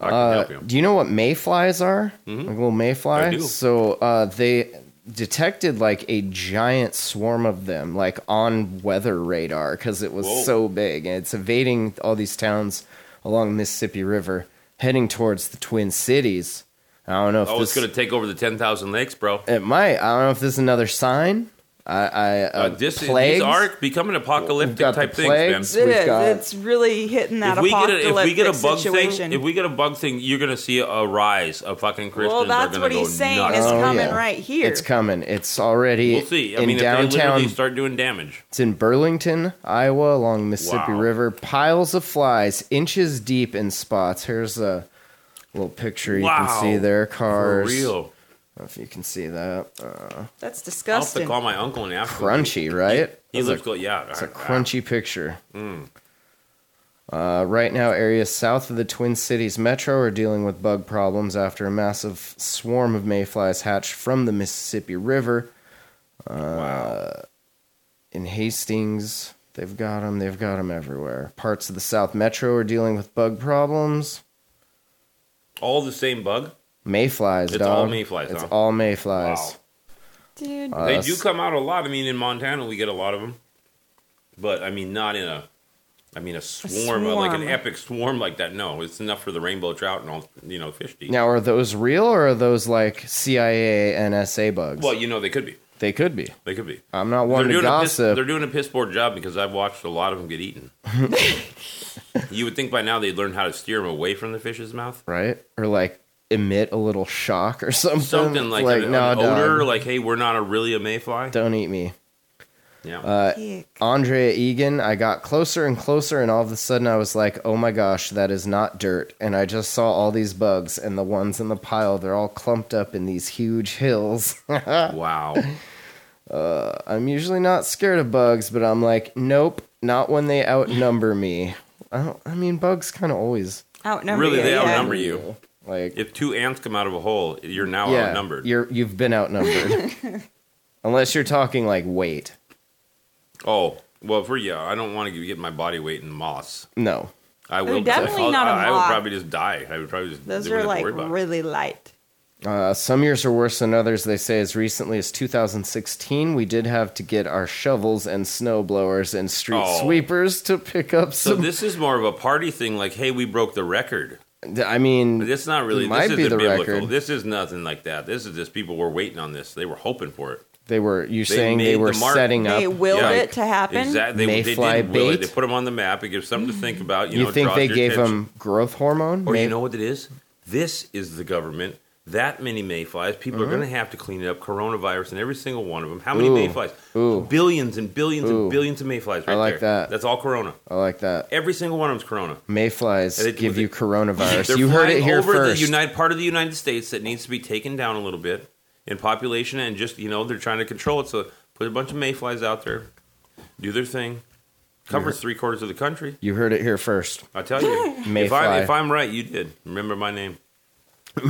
Speaker 6: I can
Speaker 4: Uh,
Speaker 6: help you. Mm-hmm.
Speaker 4: do you know what mayflies are? Like little mayflies.
Speaker 6: I do.
Speaker 4: So uh, they detected like a giant swarm of them, like on weather radar, because it was
Speaker 6: Whoa.
Speaker 4: so big, and it's evading all these towns along the Mississippi River, heading towards the Twin Cities. I don't know if
Speaker 6: Oh,
Speaker 4: this
Speaker 6: it's gonna take over the ten thousand lakes, bro.
Speaker 4: it might. I don't know if this is another sign. I, I uh,
Speaker 6: Uh, this
Speaker 4: plagues.
Speaker 6: these are becoming apocalyptic
Speaker 4: We've got the
Speaker 6: type
Speaker 4: plagues.
Speaker 6: things, man.
Speaker 5: It
Speaker 4: We've
Speaker 5: is.
Speaker 4: got-
Speaker 5: It's really hitting that
Speaker 6: If we, get
Speaker 5: apocalyptic
Speaker 6: a, if we get a bug
Speaker 5: situation.
Speaker 6: thing, if we get a bug thing, you're gonna see a rise of fucking Christians.
Speaker 5: well,
Speaker 6: are
Speaker 5: that's
Speaker 6: gonna
Speaker 5: what
Speaker 6: go
Speaker 5: he's saying.
Speaker 6: nuts.
Speaker 5: It's
Speaker 4: Oh,
Speaker 5: coming
Speaker 4: yeah.
Speaker 5: right here.
Speaker 4: It's coming. It's already
Speaker 6: We'll see. I
Speaker 4: in
Speaker 6: mean, if they
Speaker 4: downtown
Speaker 6: literally start doing damage,
Speaker 4: It's in Burlington, Iowa, along Mississippi
Speaker 6: Wow.
Speaker 4: River. Piles of flies, inches deep in spots. Here's a little picture you
Speaker 6: Wow.
Speaker 4: can see there.
Speaker 6: for
Speaker 4: Cars.
Speaker 6: real,
Speaker 4: I don't know if you can see that. Uh,
Speaker 5: That's
Speaker 6: I'll have to
Speaker 5: disgusting.
Speaker 6: call my uncle and ask. him.
Speaker 4: crunchy, right?
Speaker 6: He
Speaker 4: That's
Speaker 6: looks
Speaker 4: a-
Speaker 6: good. Yeah,
Speaker 4: It's a crunchy picture. Uh, right now, areas south of the Twin Cities metro are dealing with bug problems after a massive swarm of mayflies hatched from the Mississippi River. Uh,
Speaker 6: Wow.
Speaker 4: in Hastings. They've got them. They've got them everywhere. Parts of the South Metro are dealing with bug problems.
Speaker 6: All the same bug.
Speaker 4: Mayflies,
Speaker 6: It's
Speaker 4: dog.
Speaker 6: all mayflies,
Speaker 4: It's
Speaker 6: huh?
Speaker 4: all mayflies.
Speaker 6: Wow.
Speaker 5: Dude,
Speaker 4: Uh,
Speaker 6: They
Speaker 4: s-
Speaker 6: do come out a lot. I mean, in Montana, we get a lot of them, but I mean, not in a, I mean, a swarm, uh, like an
Speaker 5: swarm.
Speaker 6: epic swarm like that. No, it's enough for the rainbow trout and all, you know, fish to eat.
Speaker 4: Now, are those real or are those like CIA, NSA bugs?
Speaker 6: well, you know, they could be.
Speaker 4: they could be.
Speaker 6: They could be.
Speaker 4: I'm not one Uh, to
Speaker 6: doing a piss,
Speaker 4: gossip.
Speaker 6: they're doing a piss poor job because I've watched a lot of them get eaten. you would think by now they'd learn how to steer them away from the fish's mouth.
Speaker 4: right? Or like emit a little shock or something.
Speaker 6: Something like, an,
Speaker 4: "Nah,
Speaker 6: an odor,
Speaker 4: dog,
Speaker 6: like, hey, we're not a really a mayfly.
Speaker 4: don't uh, eat me.
Speaker 6: Yeah.
Speaker 5: Yuck.
Speaker 4: Andrea Egan, I got closer and closer, and all of a sudden I was like, oh my gosh, that is not dirt. And I just saw all these bugs, and the ones in the pile, they're all clumped up in these huge hills.
Speaker 6: wow.
Speaker 4: I'm usually not scared of bugs, but I'm like, nope, not when they outnumber me. I don't. I mean, bugs kind of always
Speaker 5: Outnumber
Speaker 6: Really,
Speaker 5: you,
Speaker 6: they
Speaker 5: yeah.
Speaker 6: outnumber you.
Speaker 4: like
Speaker 6: If two ants come out of a hole, you're now
Speaker 4: yeah,
Speaker 6: outnumbered.
Speaker 4: You're you've been outnumbered. Unless you're talking like weight.
Speaker 6: oh, well, for yeah, I don't want to get my body weight in moss.
Speaker 4: No.
Speaker 6: I
Speaker 5: They're
Speaker 6: will
Speaker 5: definitely
Speaker 6: I'll-
Speaker 5: not a
Speaker 6: I, I would
Speaker 5: moth.
Speaker 6: probably just die. I would probably just.
Speaker 5: Those
Speaker 6: they wouldn't
Speaker 5: are
Speaker 6: have
Speaker 5: like
Speaker 6: to worry about it.
Speaker 5: really light.
Speaker 4: Uh, some years are worse than others. They say as recently as 2016, we did have to get our shovels and snow blowers and street
Speaker 6: Oh.
Speaker 4: sweepers to pick up
Speaker 6: So
Speaker 4: some.
Speaker 6: this is more of a party thing. Like, hey, we broke the record.
Speaker 4: I mean,
Speaker 6: But it's not really.
Speaker 4: It might
Speaker 6: this
Speaker 4: be
Speaker 6: is the
Speaker 4: the
Speaker 6: biblical.
Speaker 4: record.
Speaker 6: This is nothing like that. This is just people were waiting on this. They were hoping for it.
Speaker 4: they were. You're saying
Speaker 6: made
Speaker 4: they
Speaker 6: the
Speaker 4: were
Speaker 6: mark.
Speaker 4: setting up.
Speaker 5: They willed
Speaker 6: Yeah.
Speaker 5: it to happen.
Speaker 6: Exactly. They, they
Speaker 4: Mayfly
Speaker 6: did will it.
Speaker 4: bait.
Speaker 6: They put them on the map. It gives something to think about. You,
Speaker 4: you
Speaker 6: know,
Speaker 4: think
Speaker 6: draws
Speaker 4: they
Speaker 6: your
Speaker 4: gave
Speaker 6: attention.
Speaker 4: them growth hormone?
Speaker 6: Or
Speaker 4: May-
Speaker 6: you know what it is? This is the government. That many mayflies. People are going to have to clean it up. Coronavirus and every single one of them. How many
Speaker 4: Mm-hmm. Ooh.
Speaker 6: mayflies?
Speaker 4: Ooh.
Speaker 6: Billions and billions
Speaker 4: Ooh.
Speaker 6: and billions of mayflies. Right
Speaker 4: I like
Speaker 6: there.
Speaker 4: that.
Speaker 6: That's all corona.
Speaker 4: I like that.
Speaker 6: Every single one of them's corona.
Speaker 4: Mayflies
Speaker 6: They-
Speaker 4: give
Speaker 6: they-
Speaker 4: you coronavirus.
Speaker 6: They're
Speaker 4: You heard it
Speaker 6: flying
Speaker 4: here
Speaker 6: over
Speaker 4: first.
Speaker 6: The United, part of the United States that needs to be taken down a little bit in population, and just you know they're trying to control it. So put a bunch of mayflies out there, do their thing,
Speaker 4: Mm-hmm.
Speaker 6: covers three quarters of the country.
Speaker 4: you heard it here first.
Speaker 6: I tell you, if, I,
Speaker 4: Mayfly.
Speaker 6: if I'm right, you did. Remember my name.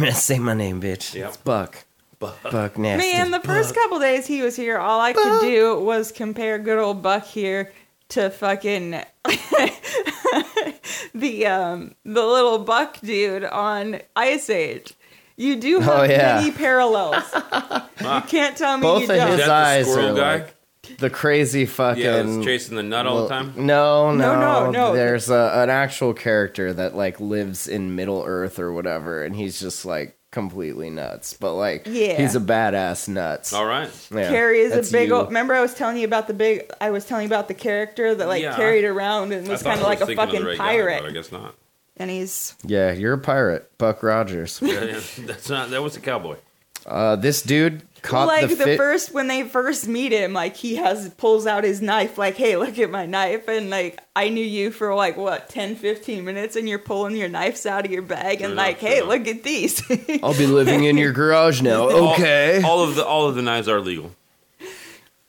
Speaker 4: Say my name, bitch.
Speaker 6: Yep.
Speaker 4: It's Buck. Buck. Buck nasty.
Speaker 5: Man, the first couple days he was here, all I could
Speaker 6: Ah.
Speaker 5: do was compare good old Buck here to fucking the um the little Buck dude on Ice Age. You do have
Speaker 4: yeah.
Speaker 5: many parallels. you can't tell me
Speaker 4: Both
Speaker 5: you
Speaker 4: of
Speaker 5: don't.
Speaker 6: Is
Speaker 4: His
Speaker 6: that
Speaker 4: eyes
Speaker 6: the squirrel
Speaker 4: are
Speaker 6: guy?
Speaker 4: like the crazy fucking.
Speaker 6: yeah, that's chasing the nut all
Speaker 4: Well,
Speaker 6: the time.
Speaker 4: No, no,
Speaker 5: no,
Speaker 4: no,
Speaker 5: no.
Speaker 4: There's a, an actual character that like lives in Middle Earth or whatever, and he's just like completely nuts. But like,
Speaker 5: Yeah.
Speaker 4: he's a badass nuts.
Speaker 6: All right.
Speaker 4: Yeah,
Speaker 5: Carrie is
Speaker 4: that's
Speaker 5: a big
Speaker 4: you.
Speaker 5: old. Remember, I was telling you about the big. I was telling you about the character that like
Speaker 6: Yeah.
Speaker 5: carried around and was
Speaker 6: I thought
Speaker 5: kind of
Speaker 6: I
Speaker 5: like a
Speaker 6: thinking of the
Speaker 5: fucking
Speaker 6: right guy,
Speaker 5: pirate,
Speaker 6: but I guess not.
Speaker 5: and he's
Speaker 4: Yeah, you're a pirate, Buck Rogers.
Speaker 6: Yeah, yeah, that's not. That was a cowboy.
Speaker 4: uh, this dude caught
Speaker 5: like
Speaker 4: the,
Speaker 5: the,
Speaker 4: fi-
Speaker 5: first when they first meet him, like he has pulls out his knife, like, hey, look at my knife, and like I knew you for like what 10, 15 minutes, and you're pulling your knives out of your bag, and
Speaker 6: Sure
Speaker 5: like,
Speaker 6: enough,
Speaker 5: hey,
Speaker 6: sure
Speaker 5: look at these.
Speaker 4: I'll be living in your garage now.
Speaker 6: All-
Speaker 4: Okay.
Speaker 6: All, of the all of the knives are legal.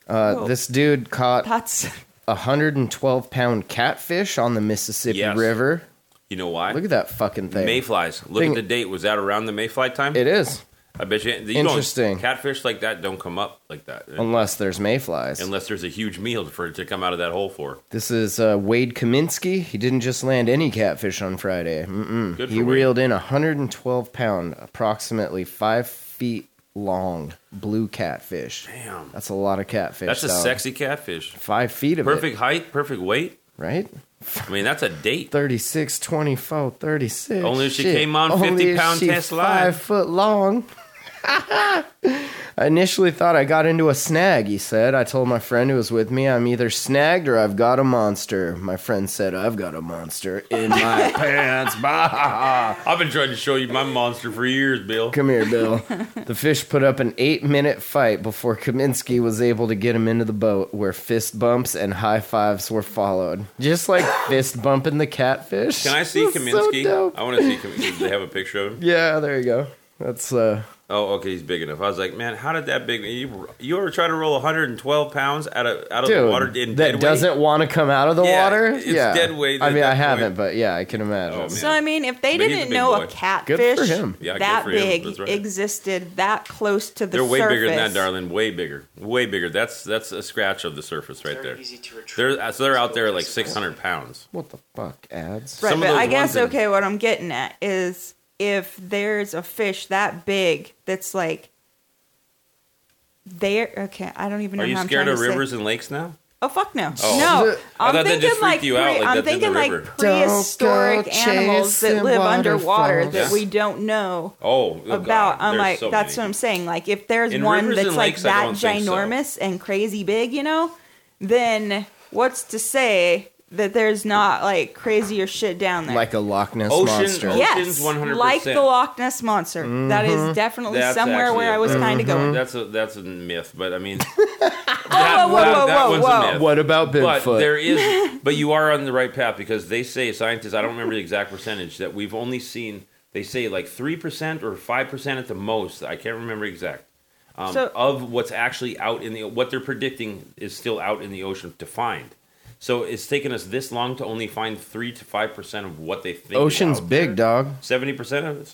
Speaker 4: Uh, this dude caught
Speaker 5: That's
Speaker 4: a 112 pound catfish on the Mississippi
Speaker 6: Yes.
Speaker 4: River.
Speaker 6: You know why?
Speaker 4: Look at that fucking thing.
Speaker 6: Mayflies. Look
Speaker 4: Thing-
Speaker 6: at the date. Was that around the Mayfly time?
Speaker 4: it is,
Speaker 6: I bet you. you
Speaker 4: Interesting.
Speaker 6: Don't, catfish like that don't come up like that
Speaker 4: unless there's mayflies.
Speaker 6: unless there's a huge meal for it to come out of that hole for.
Speaker 4: This is uh, Wade Kaminsky. He didn't just land any catfish on Friday. Mm-mm.
Speaker 6: Good
Speaker 4: He
Speaker 6: for Wade.
Speaker 4: reeled in a 112 pound, approximately five feet long blue catfish.
Speaker 6: Damn,
Speaker 4: That's a lot of catfish.
Speaker 6: that's a
Speaker 4: dog.
Speaker 6: sexy catfish.
Speaker 4: Five feet of it,
Speaker 6: Perfect height, perfect weight.
Speaker 4: right?
Speaker 6: I mean, that's a date.
Speaker 4: 36, 24, 36.
Speaker 6: Only if she
Speaker 4: Shit.
Speaker 6: came on
Speaker 4: Only
Speaker 6: 50
Speaker 4: if
Speaker 6: pound
Speaker 4: she
Speaker 6: test live.
Speaker 4: Five foot long. I initially thought I got into a snag, he said. I told my friend who was with me, I'm either snagged or I've got a monster. My friend said, I've got a monster in my pants. Bah.
Speaker 6: I've been trying to show you my monster for years, Bill.
Speaker 4: Come here, Bill. The fish put up an eight minute fight before Kaminsky was able to get him into the boat, where fist bumps and high fives were followed. Just like fist bumping the catfish.
Speaker 6: Can I see
Speaker 4: That's so
Speaker 6: Kaminsky?
Speaker 4: dope.
Speaker 6: I want to see Kaminsky. Do they have a picture of him?
Speaker 4: Yeah, there you go. That's uh
Speaker 6: Oh, okay, he's big enough. I was like, man, how did that big? You, you ever try to roll 112 pounds out of out of
Speaker 4: dude
Speaker 6: the water in dead
Speaker 4: that
Speaker 6: weight?
Speaker 4: doesn't want to come out of the
Speaker 6: Yeah,
Speaker 4: water.
Speaker 6: it's dead weight
Speaker 4: I
Speaker 6: at
Speaker 4: mean,
Speaker 6: that
Speaker 4: I haven't,
Speaker 6: point. Oh,
Speaker 4: but yeah, I can imagine.
Speaker 6: man.
Speaker 5: so. I mean, if they
Speaker 6: But he's a
Speaker 5: didn't
Speaker 6: big
Speaker 5: know
Speaker 6: boy.
Speaker 5: a
Speaker 6: Good for
Speaker 5: catfish
Speaker 4: him.
Speaker 6: Yeah, good
Speaker 5: that
Speaker 6: for him.
Speaker 5: big
Speaker 6: That's right.
Speaker 5: existed that close to the
Speaker 6: They're way
Speaker 5: surface,
Speaker 6: bigger than that, darling. Way bigger. Way bigger. That's that's a scratch of the surface right there. They're uh, so they're out there like 600 pounds.
Speaker 4: what the fuck, ads?
Speaker 5: Right,
Speaker 6: Some of
Speaker 5: but
Speaker 6: those
Speaker 5: I
Speaker 6: ones
Speaker 5: guess
Speaker 6: in-
Speaker 5: okay. What I'm getting at is if there's a fish that big that's like there. Okay, I don't even know.
Speaker 6: Are you
Speaker 5: how I'm
Speaker 6: scared
Speaker 5: trying
Speaker 6: of
Speaker 5: to say-
Speaker 6: rivers and lakes now?
Speaker 5: Oh fuck no!
Speaker 6: Oh.
Speaker 5: No,
Speaker 6: I
Speaker 5: I'm
Speaker 6: thought that
Speaker 5: thinking
Speaker 6: just freaked
Speaker 5: like,
Speaker 6: you out,
Speaker 5: pre-
Speaker 6: like
Speaker 5: I'm
Speaker 6: that's in
Speaker 5: thinking
Speaker 6: the
Speaker 5: like
Speaker 6: river.
Speaker 4: Don't go
Speaker 5: prehistoric animals that
Speaker 4: chasing
Speaker 5: live underwater
Speaker 4: waterfalls.
Speaker 5: that
Speaker 6: Yeah.
Speaker 5: we don't know
Speaker 6: Oh, oh,
Speaker 5: about.
Speaker 6: God.
Speaker 5: I'm
Speaker 6: There's
Speaker 5: like,
Speaker 6: so
Speaker 5: that's what
Speaker 6: many.
Speaker 5: I'm saying. Like if there's
Speaker 6: In
Speaker 5: one
Speaker 6: rivers
Speaker 5: that's
Speaker 6: and
Speaker 5: like
Speaker 6: lakes, I
Speaker 5: that
Speaker 6: don't think so.
Speaker 5: ginormous and crazy big, you know, then what's to say that there's not like crazier shit down there?
Speaker 4: Like a Loch Ness
Speaker 6: Ocean-
Speaker 4: monster.
Speaker 6: ocean-
Speaker 5: Yes,
Speaker 6: Ocean's 100%.
Speaker 5: like the Loch Ness monster. That is definitely
Speaker 6: Mm-hmm. That's
Speaker 5: somewhere
Speaker 6: actually Mm-hmm.
Speaker 5: where
Speaker 6: a-
Speaker 5: I was kind of going.
Speaker 6: That's a that's a myth, but I mean, that,
Speaker 5: whoa, whoa, whoa, whoa.
Speaker 4: What about
Speaker 6: But
Speaker 4: Bigfoot?
Speaker 6: there is, but you are on the right path because they say scientists. I don't remember the exact percentage that we've only seen. They say like three percent or five percent at the most. I can't remember exact. Um,
Speaker 5: So-
Speaker 6: of what's actually out in the what they're predicting is still out in the ocean to find. So it's taken us this long to only find three to five percent of what they think.
Speaker 4: Ocean's big, dog.
Speaker 6: Seventy percent of it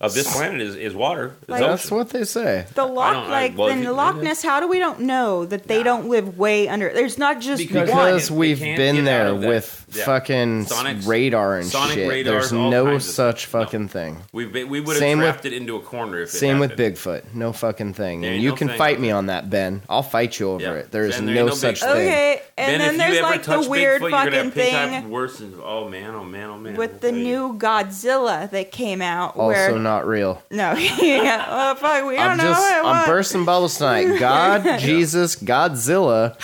Speaker 6: of this planet is, is water. It's
Speaker 5: Like-
Speaker 6: ocean.
Speaker 4: That's what they say.
Speaker 5: The
Speaker 6: don't-
Speaker 5: Loch,
Speaker 6: I-
Speaker 5: like
Speaker 6: well, if
Speaker 5: the
Speaker 6: you-
Speaker 5: Loch Ness, how do we don't know that they don't live way under? There's not just
Speaker 6: Because-
Speaker 5: one.
Speaker 4: Because
Speaker 6: They
Speaker 4: we've
Speaker 6: can't
Speaker 4: been
Speaker 6: get out
Speaker 4: there
Speaker 6: of that.
Speaker 4: with
Speaker 6: Yeah.
Speaker 4: fucking
Speaker 6: Sonics-
Speaker 4: radar and
Speaker 6: sonic
Speaker 4: shit.
Speaker 6: radars,
Speaker 4: There's
Speaker 6: all
Speaker 4: no
Speaker 6: kinds of-
Speaker 4: such
Speaker 6: no.
Speaker 4: fucking thing.
Speaker 6: We've been, we would have
Speaker 4: Same with-
Speaker 6: trapped it into a corner if it
Speaker 4: Same with
Speaker 6: happened.
Speaker 4: Bigfoot. No fucking thing.
Speaker 6: There
Speaker 4: And
Speaker 6: ain't
Speaker 4: you
Speaker 6: no
Speaker 4: can
Speaker 6: thing.
Speaker 4: fight me on that, Ben. I'll fight you over
Speaker 6: Yeah.
Speaker 4: it. There is
Speaker 6: Ben,
Speaker 4: no,
Speaker 6: there ain't no
Speaker 4: such
Speaker 6: Bigfoot.
Speaker 4: thing.
Speaker 5: Okay, and
Speaker 6: Ben,
Speaker 5: then
Speaker 6: if
Speaker 5: there's
Speaker 6: you ever
Speaker 5: like the
Speaker 6: touch
Speaker 5: weird
Speaker 6: Bigfoot, you're gonna
Speaker 5: fucking
Speaker 6: have pink eye
Speaker 5: thing
Speaker 6: Worse than oh man, oh man, oh man.
Speaker 5: with the
Speaker 6: Hey.
Speaker 5: new Godzilla that came out.
Speaker 4: Also
Speaker 5: where
Speaker 4: not real.
Speaker 5: no, yeah, oh fuck, we don't
Speaker 4: I'm
Speaker 5: know.
Speaker 4: just
Speaker 5: what it
Speaker 4: I'm
Speaker 5: was.
Speaker 4: bursting bubbles tonight. God, Jesus, Godzilla,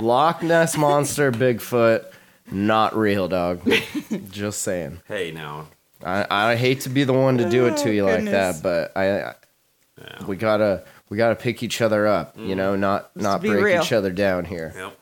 Speaker 4: Loch Ness monster, Bigfoot, not real, dog. just saying.
Speaker 6: hey now,
Speaker 4: I, I hate to be the one to do it to
Speaker 5: Oh,
Speaker 4: you like
Speaker 5: goodness.
Speaker 4: that, but I, I we gotta we gotta pick each other up. You know, not not
Speaker 5: be
Speaker 4: break
Speaker 5: real.
Speaker 4: each other down here.
Speaker 6: yep.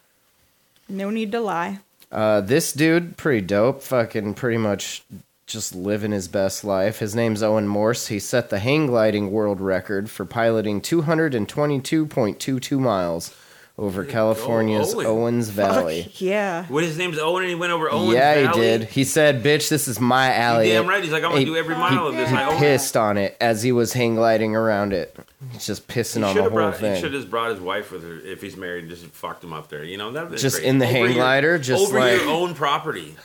Speaker 5: No need to lie.
Speaker 4: Uh, this dude, pretty dope. Fucking pretty much just living his best life. His name's Owen Morse. He set the hang gliding world record for piloting 222.22 miles over California's
Speaker 6: Owen.
Speaker 4: Owens Valley.
Speaker 5: Fuck yeah.
Speaker 6: What his name's Owen, and he went over Owen.
Speaker 4: yeah, he
Speaker 6: Valley?
Speaker 4: did. He said, "Bitch, this is my alley."
Speaker 6: He damn right. He's like, I'm gonna
Speaker 4: He-
Speaker 6: do every mile of this.
Speaker 5: he
Speaker 6: I own it.
Speaker 4: Pissed on it as he was hang gliding around it. He's just pissing
Speaker 6: He
Speaker 4: on
Speaker 6: should
Speaker 4: the whole
Speaker 6: have brought. He
Speaker 4: thing.
Speaker 6: should have just brought his wife with her if he's married. and Just fucked him up there. You know that.
Speaker 4: Just in the hang glider, just
Speaker 6: over
Speaker 4: like-
Speaker 6: your own property.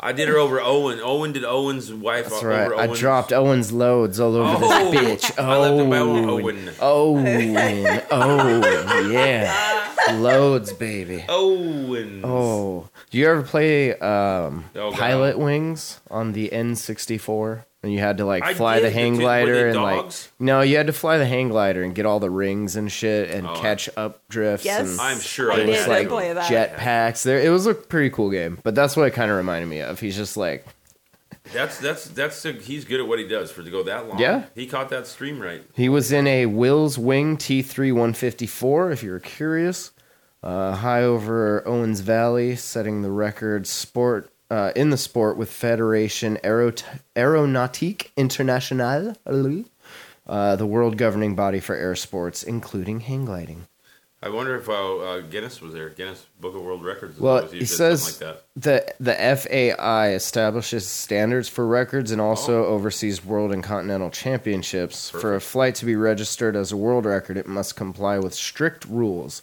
Speaker 6: I did her over Owen. Owen did Owen's wife.
Speaker 4: That's
Speaker 6: over
Speaker 4: right. I
Speaker 6: Owen's-
Speaker 4: dropped Owen's loads all over
Speaker 6: Oh.
Speaker 4: this bitch.
Speaker 6: I left him by
Speaker 4: Owen.
Speaker 6: Owen.
Speaker 4: Owen. Owen. Oh, Yeah. Loads, baby.
Speaker 6: Owen.
Speaker 4: Oh. Do you ever play um,
Speaker 6: Oh, God.
Speaker 4: Pilot Wings on the N64? And you had to like
Speaker 6: I
Speaker 4: fly
Speaker 6: did,
Speaker 4: the hang
Speaker 6: but did- were
Speaker 4: glider
Speaker 6: they
Speaker 4: and
Speaker 6: dogs?
Speaker 4: like no, you had to fly the hang glider and get all the rings and shit and
Speaker 6: Oh.
Speaker 4: catch up drifts.
Speaker 5: Yes,
Speaker 4: and
Speaker 6: I'm sure
Speaker 5: I,
Speaker 6: I
Speaker 5: did
Speaker 6: was like,
Speaker 5: play that.
Speaker 4: Jet packs. There, it was a pretty cool game, but that's what it kind of reminded me of. He's just like,
Speaker 6: That's that's that's a, he's good at what he does for to go that long.
Speaker 4: Yeah.
Speaker 6: he caught that stream right.
Speaker 4: He was in a Will's Wing T3 154, if you're curious. Uh, high over Owens Valley, setting the record sport uh, in the sport with Federation Aerot- Aeronautique Internationale, uh, the world governing body for air sports, including hang gliding.
Speaker 6: I wonder if uh, uh, Guinness was there. Guinness Book of World Records. is
Speaker 4: Well,
Speaker 6: always
Speaker 4: he
Speaker 6: used as
Speaker 4: says
Speaker 6: something like that.
Speaker 4: the the FAI establishes standards for records and also
Speaker 6: Oh.
Speaker 4: oversees world and continental championships. For a flight to be registered as a world record, it must comply with strict rules.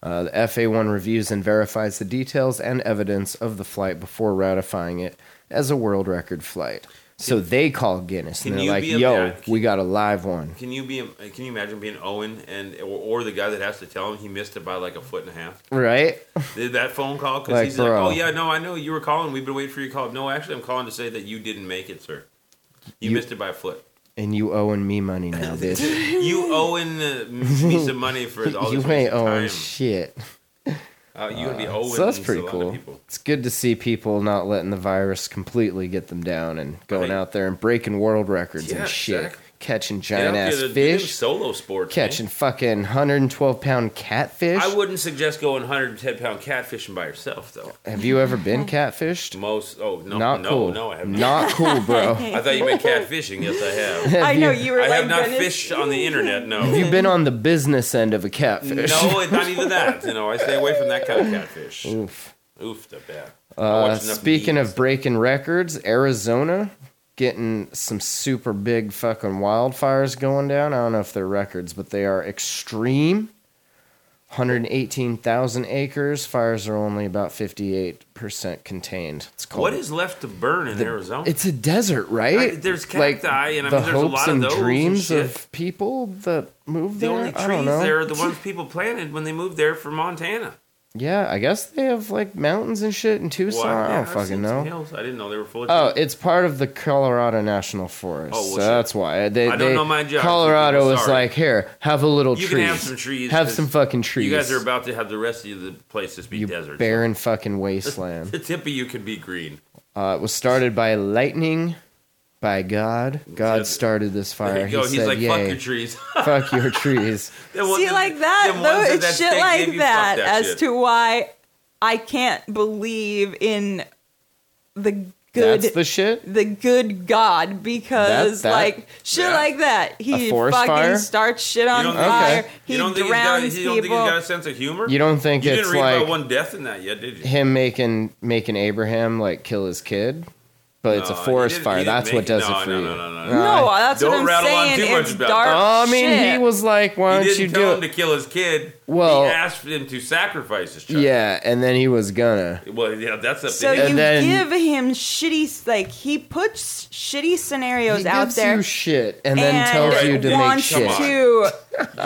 Speaker 4: Uh, the FA1 reviews and verifies the details and evidence of the flight before ratifying it as a world record flight. So they call Guinness and
Speaker 6: can
Speaker 4: they're
Speaker 6: you
Speaker 4: like,
Speaker 6: be a
Speaker 4: "Yo,
Speaker 6: back-
Speaker 4: we got a live one."
Speaker 6: Can you be? Can you imagine being Owen and or, or the guy that has to tell him he missed it by like a foot and a half?
Speaker 4: Right?
Speaker 6: Did that phone call because
Speaker 4: Like,
Speaker 6: he's
Speaker 4: bro.
Speaker 6: like, "Oh yeah, no, I know you were calling. We've been waiting for your call. No, actually, I'm calling to say that you didn't make it, sir. You,
Speaker 4: You-
Speaker 6: missed it by a foot.
Speaker 4: And you owing me money now, bitch.
Speaker 6: You owing uh, me some money for all
Speaker 4: you
Speaker 6: this
Speaker 4: ain't
Speaker 6: wasted
Speaker 4: owing
Speaker 6: time.
Speaker 4: shit.
Speaker 6: Uh, you would be owing.
Speaker 4: so that's
Speaker 6: a
Speaker 4: pretty
Speaker 6: lot of
Speaker 4: cool.
Speaker 6: people.
Speaker 4: It's good to see people not letting the virus completely get them down and going
Speaker 6: Right.
Speaker 4: out there and breaking world records
Speaker 6: Yeah,
Speaker 4: and shit,
Speaker 6: exactly.
Speaker 4: catching
Speaker 6: Get out
Speaker 4: giant
Speaker 6: there
Speaker 4: ass
Speaker 6: to do them
Speaker 4: fish,
Speaker 6: solo sports, man.
Speaker 4: catching fucking 112 pound catfish.
Speaker 6: I wouldn't suggest going 110 pound catfishing by yourself, though.
Speaker 4: Have you ever been catfished?
Speaker 6: Most, oh no,
Speaker 4: not
Speaker 6: no,
Speaker 4: cool.
Speaker 6: no, I have not.
Speaker 4: not cool, bro.
Speaker 6: I thought you meant catfishing. Yes, I have.
Speaker 4: Have
Speaker 5: I know you were
Speaker 6: I
Speaker 5: like
Speaker 6: have not
Speaker 5: Dennis-
Speaker 6: fished on the internet. No,
Speaker 4: Have you been on the business end of a catfish?
Speaker 6: no, it's not even that. You know, I stay away from that kind of catfish.
Speaker 4: Oof.
Speaker 6: Oof, the bad.
Speaker 4: Uh, speaking of breaking records, Arizona getting some super big fucking wildfires going down. I don't know if they're records, but they are extreme. 118,000 acres. Fires are only about 58% contained. It's called.
Speaker 6: what is left to burn in Arizona?
Speaker 4: It's a desert, right?
Speaker 6: I- there's cacti, and I
Speaker 4: the
Speaker 6: mean, there's a
Speaker 4: hopes
Speaker 6: lot of
Speaker 4: and
Speaker 6: those and
Speaker 4: dreams
Speaker 6: shit.
Speaker 4: of people that move
Speaker 6: the
Speaker 4: there.
Speaker 6: only
Speaker 4: I don't
Speaker 6: trees
Speaker 4: know.
Speaker 6: there are the ones people planted when they moved there from Montana.
Speaker 4: Yeah, I guess they have like mountains and shit in Tucson.
Speaker 6: Well,
Speaker 4: I
Speaker 6: yeah,
Speaker 4: don't
Speaker 6: I've
Speaker 4: fucking
Speaker 6: seen
Speaker 4: know.
Speaker 6: some hills. I didn't know they were full of.
Speaker 4: Oh,
Speaker 6: trees.
Speaker 4: it's part of the Colorado National Forest.
Speaker 6: Oh, well,
Speaker 4: so
Speaker 6: shit.
Speaker 4: that's why they.
Speaker 6: I don't
Speaker 4: they-
Speaker 6: know my geography,
Speaker 4: Colorado
Speaker 6: people,
Speaker 4: was
Speaker 6: sorry.
Speaker 4: like, here, have a little
Speaker 6: you
Speaker 4: tree.
Speaker 6: can have some trees.
Speaker 4: Have
Speaker 6: 'cause
Speaker 4: some fucking trees.
Speaker 6: You guys are about to have the rest of the place just be
Speaker 4: You
Speaker 6: desert.
Speaker 4: barren fucking wasteland.
Speaker 6: The tip of you could be green.
Speaker 4: uh, it was started by lightning, by God. God
Speaker 6: Said-
Speaker 4: started this
Speaker 6: There
Speaker 4: fire.
Speaker 6: you go.
Speaker 4: He
Speaker 6: He's
Speaker 4: said,
Speaker 6: like, fuck your
Speaker 4: "Yay,
Speaker 6: trees.
Speaker 4: fuck your trees."
Speaker 6: Them ones
Speaker 5: See, like that,
Speaker 6: them ones
Speaker 5: though,
Speaker 6: that
Speaker 5: it's
Speaker 6: that
Speaker 5: shit
Speaker 6: steak
Speaker 5: like
Speaker 6: gave you, fuck
Speaker 5: that, as
Speaker 6: shit.
Speaker 5: to why I can't believe in the good
Speaker 4: That's the shit.
Speaker 5: the good God because
Speaker 4: That- that-
Speaker 5: like shit
Speaker 6: yeah.
Speaker 5: like that. He
Speaker 4: A forest
Speaker 5: fucking
Speaker 4: fire?
Speaker 5: starts shit on
Speaker 6: don't think-
Speaker 5: fire.
Speaker 4: Okay.
Speaker 5: He
Speaker 6: you don't think he's got,
Speaker 5: drowns
Speaker 6: you don't think he's
Speaker 5: people.
Speaker 6: got a sense of humor?
Speaker 4: You don't think
Speaker 6: you
Speaker 4: it's
Speaker 6: didn't read
Speaker 4: like
Speaker 6: about one death in that yet, did you?
Speaker 4: him making making Abraham like kill his kid, but it's a
Speaker 6: No, he
Speaker 4: forest
Speaker 6: didn't-
Speaker 4: fire.
Speaker 6: he didn't
Speaker 4: That's
Speaker 6: make
Speaker 4: what
Speaker 6: it.
Speaker 4: does
Speaker 6: No,
Speaker 4: it for
Speaker 6: no,
Speaker 4: you.
Speaker 6: no, no, no, no.
Speaker 5: no, that's
Speaker 6: Don't
Speaker 5: what I'm
Speaker 6: rattle on
Speaker 5: saying.
Speaker 6: too much
Speaker 5: it's
Speaker 6: about
Speaker 5: dark.
Speaker 6: that.
Speaker 4: Oh, I mean, he
Speaker 5: shit.
Speaker 4: was like, "Why don't
Speaker 6: He
Speaker 4: you
Speaker 6: didn't tell
Speaker 4: do
Speaker 6: him to
Speaker 4: it?"
Speaker 6: kill his kid.
Speaker 4: Well-
Speaker 6: he asked him to sacrifice his child.
Speaker 4: Yeah, and then he was gonna.
Speaker 6: Well, yeah, that's up
Speaker 5: So
Speaker 6: to him.
Speaker 4: And
Speaker 5: you
Speaker 4: then-
Speaker 5: give him shitty like he puts shitty scenarios
Speaker 4: He
Speaker 5: out
Speaker 4: gives
Speaker 5: there
Speaker 4: you shit, and,
Speaker 5: and
Speaker 4: then tells you to make
Speaker 5: wants
Speaker 4: shit.
Speaker 5: to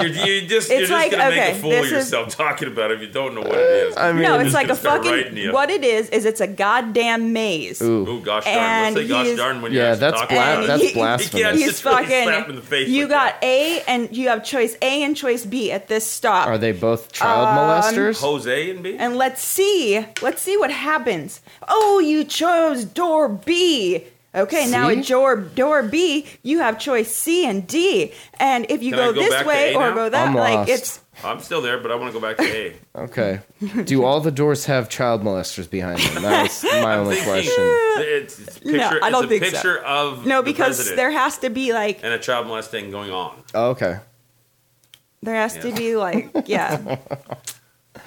Speaker 6: You're, you're
Speaker 5: It's
Speaker 6: just, you're just
Speaker 5: like,
Speaker 6: gonna make
Speaker 5: okay,
Speaker 6: a fool of
Speaker 5: this is-
Speaker 6: yourself talking about it if you don't know what it is.
Speaker 4: Uh, I mean,
Speaker 5: no,
Speaker 6: You're
Speaker 5: it's
Speaker 6: just
Speaker 5: like
Speaker 6: gonna
Speaker 5: a
Speaker 6: start writing
Speaker 5: fucking
Speaker 6: you.
Speaker 5: what it is is it's a goddamn maze.
Speaker 4: ooh,
Speaker 6: Oh gosh darn!
Speaker 5: And
Speaker 6: Let's say gosh
Speaker 5: he's-
Speaker 6: darn when you're
Speaker 4: yeah,
Speaker 6: actually
Speaker 4: that's
Speaker 6: talking
Speaker 4: bla-
Speaker 6: about it.
Speaker 5: And
Speaker 4: that's
Speaker 5: he-
Speaker 4: blasphemous.
Speaker 6: That's
Speaker 5: He's
Speaker 6: just really
Speaker 5: fucking.
Speaker 6: slap in the face
Speaker 5: you
Speaker 6: like
Speaker 5: got A and you have choice A and choice B at this stop.
Speaker 4: Are they both
Speaker 5: Um,
Speaker 4: child molesters?
Speaker 6: Jose and me.
Speaker 5: and let's see let's see what happens oh you chose door b okay now
Speaker 4: See?
Speaker 5: at door, door b you have choice c and d and if you
Speaker 6: Can I
Speaker 5: go,
Speaker 6: go back
Speaker 5: this
Speaker 6: to
Speaker 5: way
Speaker 6: A
Speaker 5: or
Speaker 6: now?
Speaker 5: go that
Speaker 4: I'm
Speaker 5: like
Speaker 4: lost.
Speaker 5: it's
Speaker 6: I'm still there, but I want to go back to A.
Speaker 4: Okay. Do all the doors have child molesters behind them? That was my only
Speaker 6: Thinking-
Speaker 4: question.
Speaker 6: It's, it's picture,
Speaker 5: No, I don't
Speaker 6: it's a
Speaker 5: think so.
Speaker 6: picture of
Speaker 5: no
Speaker 6: the
Speaker 5: because
Speaker 6: president
Speaker 5: there has to be like
Speaker 6: and a child molesting going on,
Speaker 4: Oh, okay.
Speaker 5: there has to
Speaker 6: Yeah.
Speaker 5: be like yeah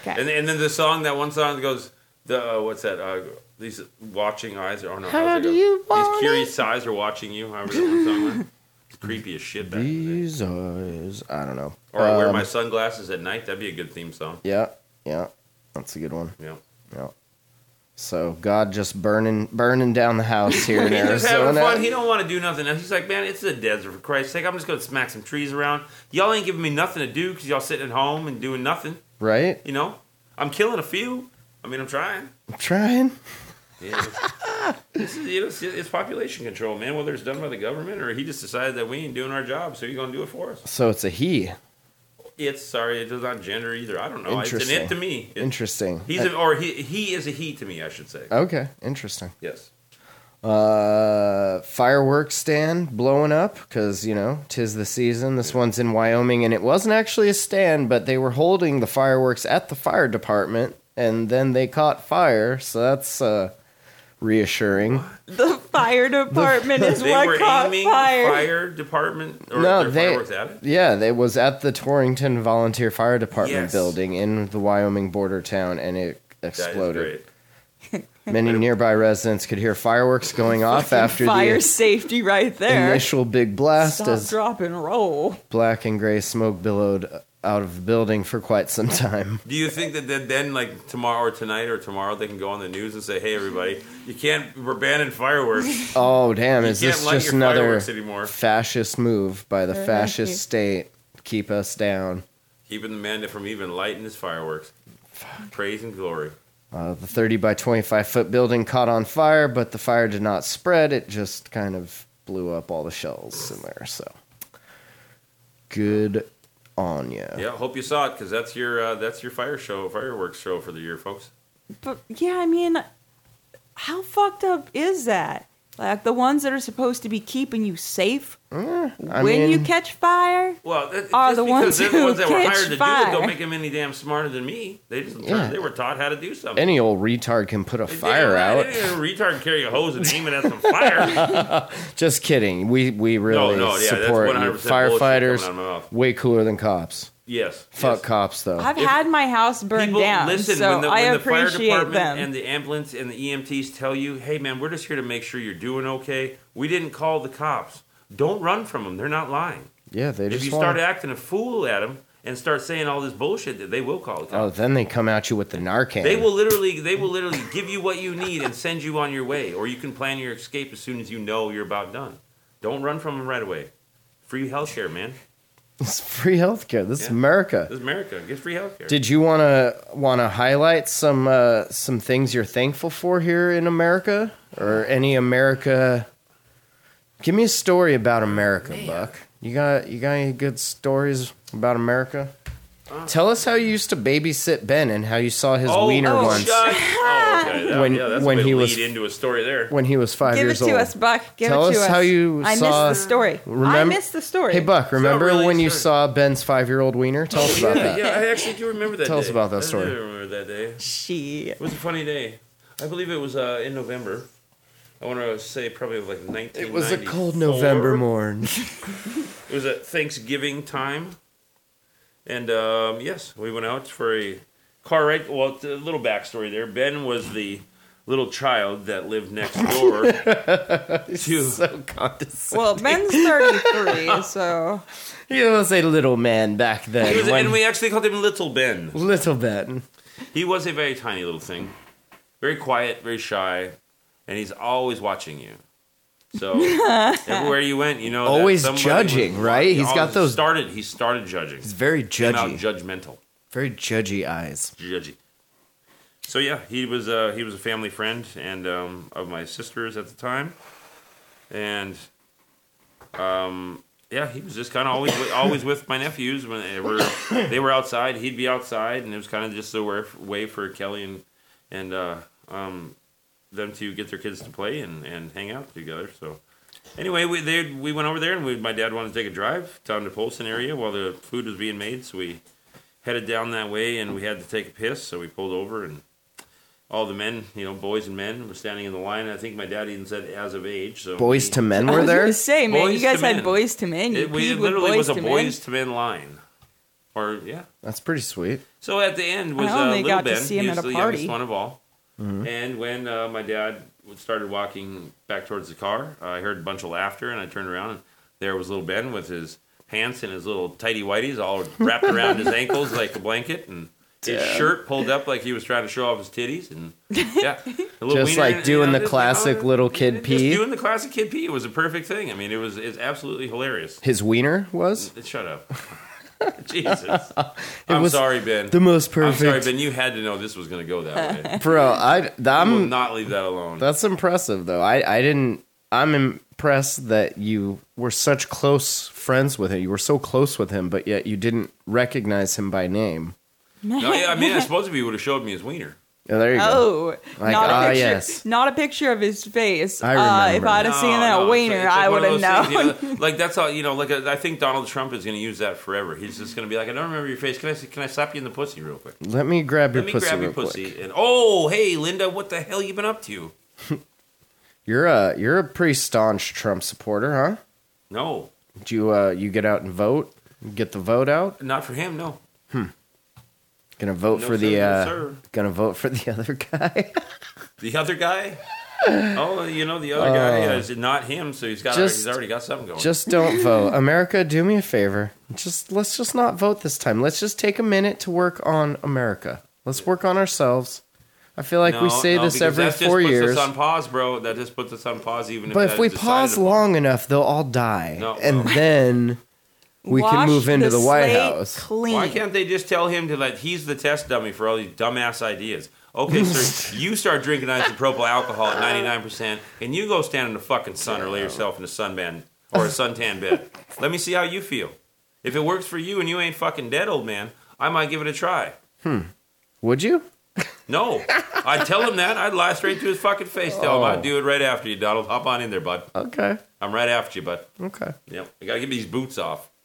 Speaker 6: and and then the song that one song that goes the uh, what's that? Uh, these watching eyes are. Oh no,
Speaker 4: How
Speaker 6: how's it
Speaker 4: do
Speaker 6: go?
Speaker 4: you
Speaker 6: These
Speaker 4: want
Speaker 6: curious eyes are watching you. However, that one song went. It's creepy as shit. Back in the day.
Speaker 4: These eyes. I don't know.
Speaker 6: Or I wear
Speaker 4: Um,
Speaker 6: my sunglasses at night. That'd be a good theme song.
Speaker 4: Yeah, yeah. That's a good one.
Speaker 6: Yeah.
Speaker 4: Yeah. So God just burning burning down the house here in
Speaker 6: He's just having
Speaker 4: Arizona.
Speaker 6: fun. He don't want to do nothing else. He's like, man, it's the desert for Christ's sake. I'm just gonna smack some trees around. Y'all ain't giving me nothing to do because y'all sitting at home and doing nothing.
Speaker 4: right?
Speaker 6: You know, I'm killing a few. I mean, I'm trying.
Speaker 4: I'm trying.
Speaker 6: Yeah. this is, you know, it's, it's population control, man. Whether it's done by the government or he just decided that we ain't doing our job, so you're gonna do it for us.
Speaker 4: So it's a he.
Speaker 6: It's sorry, it does not gender either. I don't know. It's an
Speaker 4: Interesting.
Speaker 6: it to me. It-
Speaker 4: Interesting.
Speaker 6: He's an, or he he is a he to me. I should say.
Speaker 4: okay. Interesting.
Speaker 6: Yes.
Speaker 4: Uh, fireworks stand blowing up because you know tis the season. This one's in Wyoming, and it wasn't actually a stand, but they were holding the fireworks at the fire department, and then they caught fire. So that's uh, reassuring.
Speaker 5: the fire department is
Speaker 6: They
Speaker 5: what
Speaker 6: were
Speaker 5: caught
Speaker 6: aiming
Speaker 5: fire,
Speaker 6: fire department or
Speaker 4: no,
Speaker 6: their
Speaker 4: they.
Speaker 6: fireworks at it.
Speaker 4: Yeah, they was at the Torrington Volunteer Fire Department
Speaker 6: Yes.
Speaker 4: building in the Wyoming border town, and it
Speaker 6: That is
Speaker 4: exploded.
Speaker 6: great.
Speaker 4: Many nearby residents could hear fireworks going off after
Speaker 5: fire
Speaker 4: the
Speaker 5: safety right there
Speaker 4: initial big blast
Speaker 5: Stop,
Speaker 4: as
Speaker 5: drop, and roll.
Speaker 4: black and gray smoke billowed out of the building for quite some time.
Speaker 6: Do you think that that then, like tomorrow or tonight or tomorrow, they can go on the news and say, "Hey, everybody, you can't. We're banning fireworks."
Speaker 4: Oh damn!
Speaker 6: You
Speaker 4: Is
Speaker 6: can't
Speaker 4: this
Speaker 6: light
Speaker 4: just
Speaker 6: your
Speaker 4: another
Speaker 6: fireworks anymore.
Speaker 4: fascist move by the fascist state? Keep us down.
Speaker 6: Keeping the man from even lighting his fireworks. Praise and glory.
Speaker 4: Uh, the 30 by 25 foot building caught on fire, but the fire did not spread. It just kind of blew up all the shells in there. So good on ya.
Speaker 6: Yeah, hope you saw it because that's your uh, that's your fire show, fireworks show for the year, folks.
Speaker 5: But yeah, I mean, how fucked up is that? Like the ones that are supposed to be keeping you safe
Speaker 4: I
Speaker 5: when you
Speaker 4: mean-
Speaker 5: catch fire.
Speaker 6: Well, that,
Speaker 5: Are
Speaker 6: just
Speaker 5: Oh, the
Speaker 6: because
Speaker 5: ones
Speaker 6: they're the
Speaker 5: who
Speaker 6: ones that were
Speaker 5: catch
Speaker 6: hired to do it
Speaker 5: fire.
Speaker 6: don't make them any damn smarter than me. They just
Speaker 4: Yeah.
Speaker 6: they were taught how to do something.
Speaker 4: Any old retard can put a
Speaker 6: Damn
Speaker 4: fire
Speaker 6: right,
Speaker 4: out.
Speaker 6: any retard can carry a hose and aim it at some fire.
Speaker 4: Just kidding. We we really
Speaker 6: no, yeah, that's
Speaker 4: support you.
Speaker 6: 100% bullshit coming out of my
Speaker 4: firefighters.
Speaker 6: mouth.
Speaker 4: Way cooler than cops.
Speaker 6: yes.
Speaker 4: Fuck
Speaker 6: yes.
Speaker 4: cops though.
Speaker 5: I've
Speaker 6: If-
Speaker 5: had my house burned
Speaker 6: People
Speaker 5: down,
Speaker 6: listen
Speaker 5: so
Speaker 6: when the,
Speaker 5: I
Speaker 6: when the fire
Speaker 5: appreciate
Speaker 6: department
Speaker 5: them.
Speaker 6: and the ambulance and the EMTs tell you, "Hey, man, we're just here to make sure you're doing okay. We didn't call the cops. Don't run from them. They're not lying.
Speaker 4: yeah, they
Speaker 6: if
Speaker 4: just
Speaker 6: you
Speaker 4: want.
Speaker 6: start acting a fool at them and start saying all this bullshit, that they will call the cops.
Speaker 4: Oh, then they come at you with the Narcan.
Speaker 6: They will literally, they will literally give you what you need and send you on your way, or you can plan your escape as soon as you know you're about done. Don't run from them right away. Free healthcare, man.
Speaker 4: It's free healthcare. This is
Speaker 6: Yeah.
Speaker 4: America.
Speaker 6: This is America. Get free healthcare.
Speaker 4: Did you wanna wanna highlight some uh, some things you're thankful for here in America or any America? Give me a story about America, Buck. You got you got any good stories about America? Tell us how you used to babysit Ben and how you saw his wiener
Speaker 6: Uh. oh,
Speaker 4: once
Speaker 6: shut- oh, okay. That-
Speaker 4: When-
Speaker 6: yeah, that's
Speaker 4: when
Speaker 6: when
Speaker 4: he
Speaker 6: he lead
Speaker 4: was-
Speaker 6: into a story there.
Speaker 4: when he was five
Speaker 5: Give it
Speaker 4: years
Speaker 5: to
Speaker 4: old.
Speaker 5: us, Buck. Give
Speaker 4: Tell
Speaker 5: it to
Speaker 4: us
Speaker 5: us.
Speaker 4: how you
Speaker 5: I
Speaker 4: saw-
Speaker 5: missed the story. I
Speaker 4: Remem-
Speaker 5: missed the story.
Speaker 4: Hey Buck, remember
Speaker 6: really
Speaker 4: when you
Speaker 6: true.
Speaker 4: saw Ben's five-year-old wiener? Tell us about
Speaker 6: yeah,
Speaker 4: that.
Speaker 6: yeah, I actually do remember that.
Speaker 4: Tell us
Speaker 6: day.
Speaker 4: about that
Speaker 6: I do
Speaker 4: story.
Speaker 6: remember that day.
Speaker 5: She.
Speaker 6: It was a funny day. I believe it was uh, in November. I want to say probably like 1994.
Speaker 4: It was a cold November morn.
Speaker 6: It was at Thanksgiving time, and um, yes, we went out for a car ride. Well, it's a little backstory there. Ben was the little child that lived next door to.
Speaker 4: so condescending.
Speaker 5: Well, Ben's 33, so
Speaker 4: He was a little man back then.
Speaker 6: He was-
Speaker 4: when-
Speaker 6: and we actually called him Little Ben.
Speaker 4: little Ben.
Speaker 6: He was a very tiny little thing, very quiet, very shy, and he's always watching you. So everywhere you went, you know, that
Speaker 4: Always
Speaker 6: somebody
Speaker 4: judging, right?
Speaker 6: he
Speaker 4: He's got
Speaker 6: always
Speaker 4: those-
Speaker 6: started. He started judging.
Speaker 4: He's very
Speaker 6: Came out
Speaker 4: judgy.
Speaker 6: judgmental.
Speaker 4: very judgy eyes.
Speaker 6: Judgy. So yeah, he was uh, he was a family friend and um, of my sister's at the time, and um, yeah, he was just kind of always with, always with my nephews when they were they were outside. He'd be outside, and it was kind of just a wa- way for Kelly and and uh, um, them to get their kids to play and, and hang out together. So anyway, we they, we went over there, and we, my dad wanted to take a drive down to Polson area while the food was being made, so we headed down that way and we had to take a piss, so we pulled over and all the men, you know, boys and men were standing in the line. I think my dad even said as of age. So
Speaker 4: Boys
Speaker 6: we-
Speaker 4: to men
Speaker 5: I
Speaker 4: were
Speaker 5: was
Speaker 4: there.
Speaker 5: gonna say, man,
Speaker 6: Boys
Speaker 5: you
Speaker 6: to
Speaker 5: guys had
Speaker 6: men.
Speaker 5: boys to men. You
Speaker 6: It, we,
Speaker 5: peed
Speaker 6: it
Speaker 5: with
Speaker 6: literally
Speaker 5: boys
Speaker 6: was a
Speaker 5: to
Speaker 6: boys to men line. Or yeah.
Speaker 4: That's pretty sweet.
Speaker 6: So at the end was
Speaker 5: I
Speaker 6: uh,
Speaker 5: only
Speaker 6: little
Speaker 5: Oh, got to
Speaker 6: Ben.
Speaker 5: see him
Speaker 6: he
Speaker 5: at
Speaker 6: was
Speaker 5: a
Speaker 6: the
Speaker 5: party.
Speaker 6: youngest one of all.
Speaker 4: Mm-hmm.
Speaker 6: And when uh, my dad started walking back towards the car, uh, I heard a bunch of laughter, and I turned around, and there was little Ben with his pants and his little tighty whities all wrapped around his ankles like a blanket, and his shirt pulled up like he was trying to show off his titties, and yeah, a little
Speaker 4: Just
Speaker 6: wiener
Speaker 4: like
Speaker 6: and-
Speaker 4: doing the
Speaker 6: yeah, just,
Speaker 4: classic little kid
Speaker 6: just
Speaker 4: pee.
Speaker 6: doing the classic kid pee. It was a perfect thing. I mean, it was it's absolutely hilarious.
Speaker 4: His wiener was
Speaker 6: Shut up. Jesus. I'm
Speaker 4: was
Speaker 6: sorry, Ben.
Speaker 4: the most
Speaker 6: I'm
Speaker 4: perfect.
Speaker 6: sorry, Ben. You had to know this was going to go that way.
Speaker 4: Bro, I
Speaker 6: I will
Speaker 4: I'm
Speaker 6: not leave that alone.
Speaker 4: that's impressive though. I I didn't. I'm impressed that you were such close friends with him. You were so close with him, but yet you didn't recognize him by name.
Speaker 6: no, yeah, I mean, I suppose if you would have showed me his wiener,
Speaker 4: Yeah, there you go.
Speaker 5: Oh,
Speaker 4: Like,
Speaker 5: not a
Speaker 4: ah,
Speaker 5: picture.
Speaker 4: yes.
Speaker 5: Not a picture of his face.
Speaker 4: I
Speaker 5: Uh, if
Speaker 4: remember.
Speaker 5: I'd have
Speaker 6: No,
Speaker 5: seen that
Speaker 6: no,
Speaker 5: wiener,
Speaker 6: it's like- it's like
Speaker 5: I
Speaker 6: one
Speaker 5: would
Speaker 6: of
Speaker 5: have
Speaker 6: those
Speaker 5: known.
Speaker 6: things, you know, like that's all you know. Like I think Donald Trump is going to use that forever. He's just going to be like, I don't remember your face. Can I can I slap you in the pussy real quick?
Speaker 4: Let me grab your
Speaker 6: Let me
Speaker 4: pussy
Speaker 6: grab your
Speaker 4: real quick.
Speaker 6: pussy and oh hey Linda, what the hell you been up to?
Speaker 4: You're a you're a pretty staunch Trump supporter, huh?
Speaker 6: No,
Speaker 4: Do you uh you get out and vote? Get the vote out?
Speaker 6: not for him. No,
Speaker 4: Gonna vote
Speaker 6: No,
Speaker 4: for
Speaker 6: sir,
Speaker 4: the
Speaker 6: no,
Speaker 4: uh
Speaker 6: sir.
Speaker 4: gonna vote for the other guy.
Speaker 6: the other guy. Oh, you know the other guy is not him, so he's got
Speaker 4: Uh, Just-
Speaker 6: he's already got something going.
Speaker 4: just don't vote. America, do me a favor. Just let's just not vote this time. Let's just take a minute to work on America. Let's work on ourselves. I feel like we
Speaker 6: No,
Speaker 4: say
Speaker 6: no,
Speaker 4: this
Speaker 6: because
Speaker 4: every
Speaker 6: that just
Speaker 4: four
Speaker 6: puts
Speaker 4: years.
Speaker 6: Us on pause, bro. That just puts us on pause. Even
Speaker 4: but
Speaker 6: that
Speaker 4: if we
Speaker 6: is decided
Speaker 4: pause
Speaker 6: upon.
Speaker 4: long enough, they'll all die.
Speaker 6: No, it
Speaker 4: and
Speaker 6: won't.
Speaker 4: then we can
Speaker 5: Wash
Speaker 4: move into the, White
Speaker 5: slate
Speaker 4: House.
Speaker 5: Clean.
Speaker 6: Why can't they just tell him to like he's the test dummy for all these dumbass ideas? Okay, sir, you start drinking isopropyl alcohol at ninety nine percent, and you go stand in the fucking sun or lay yourself in a sunbed or a suntan bed. Let me see how you feel. If it works for you and you ain't fucking dead, old man, I might give it a try.
Speaker 4: Would you?
Speaker 6: No, I'd tell him that. I'd lie straight to his fucking face. Tell him
Speaker 4: Oh.
Speaker 6: I'd do it right after you, Donald. Hop on in there, bud.
Speaker 4: Okay.
Speaker 6: I'm right after you, bud.
Speaker 4: Okay.
Speaker 6: Yep, I gotta get these boots off.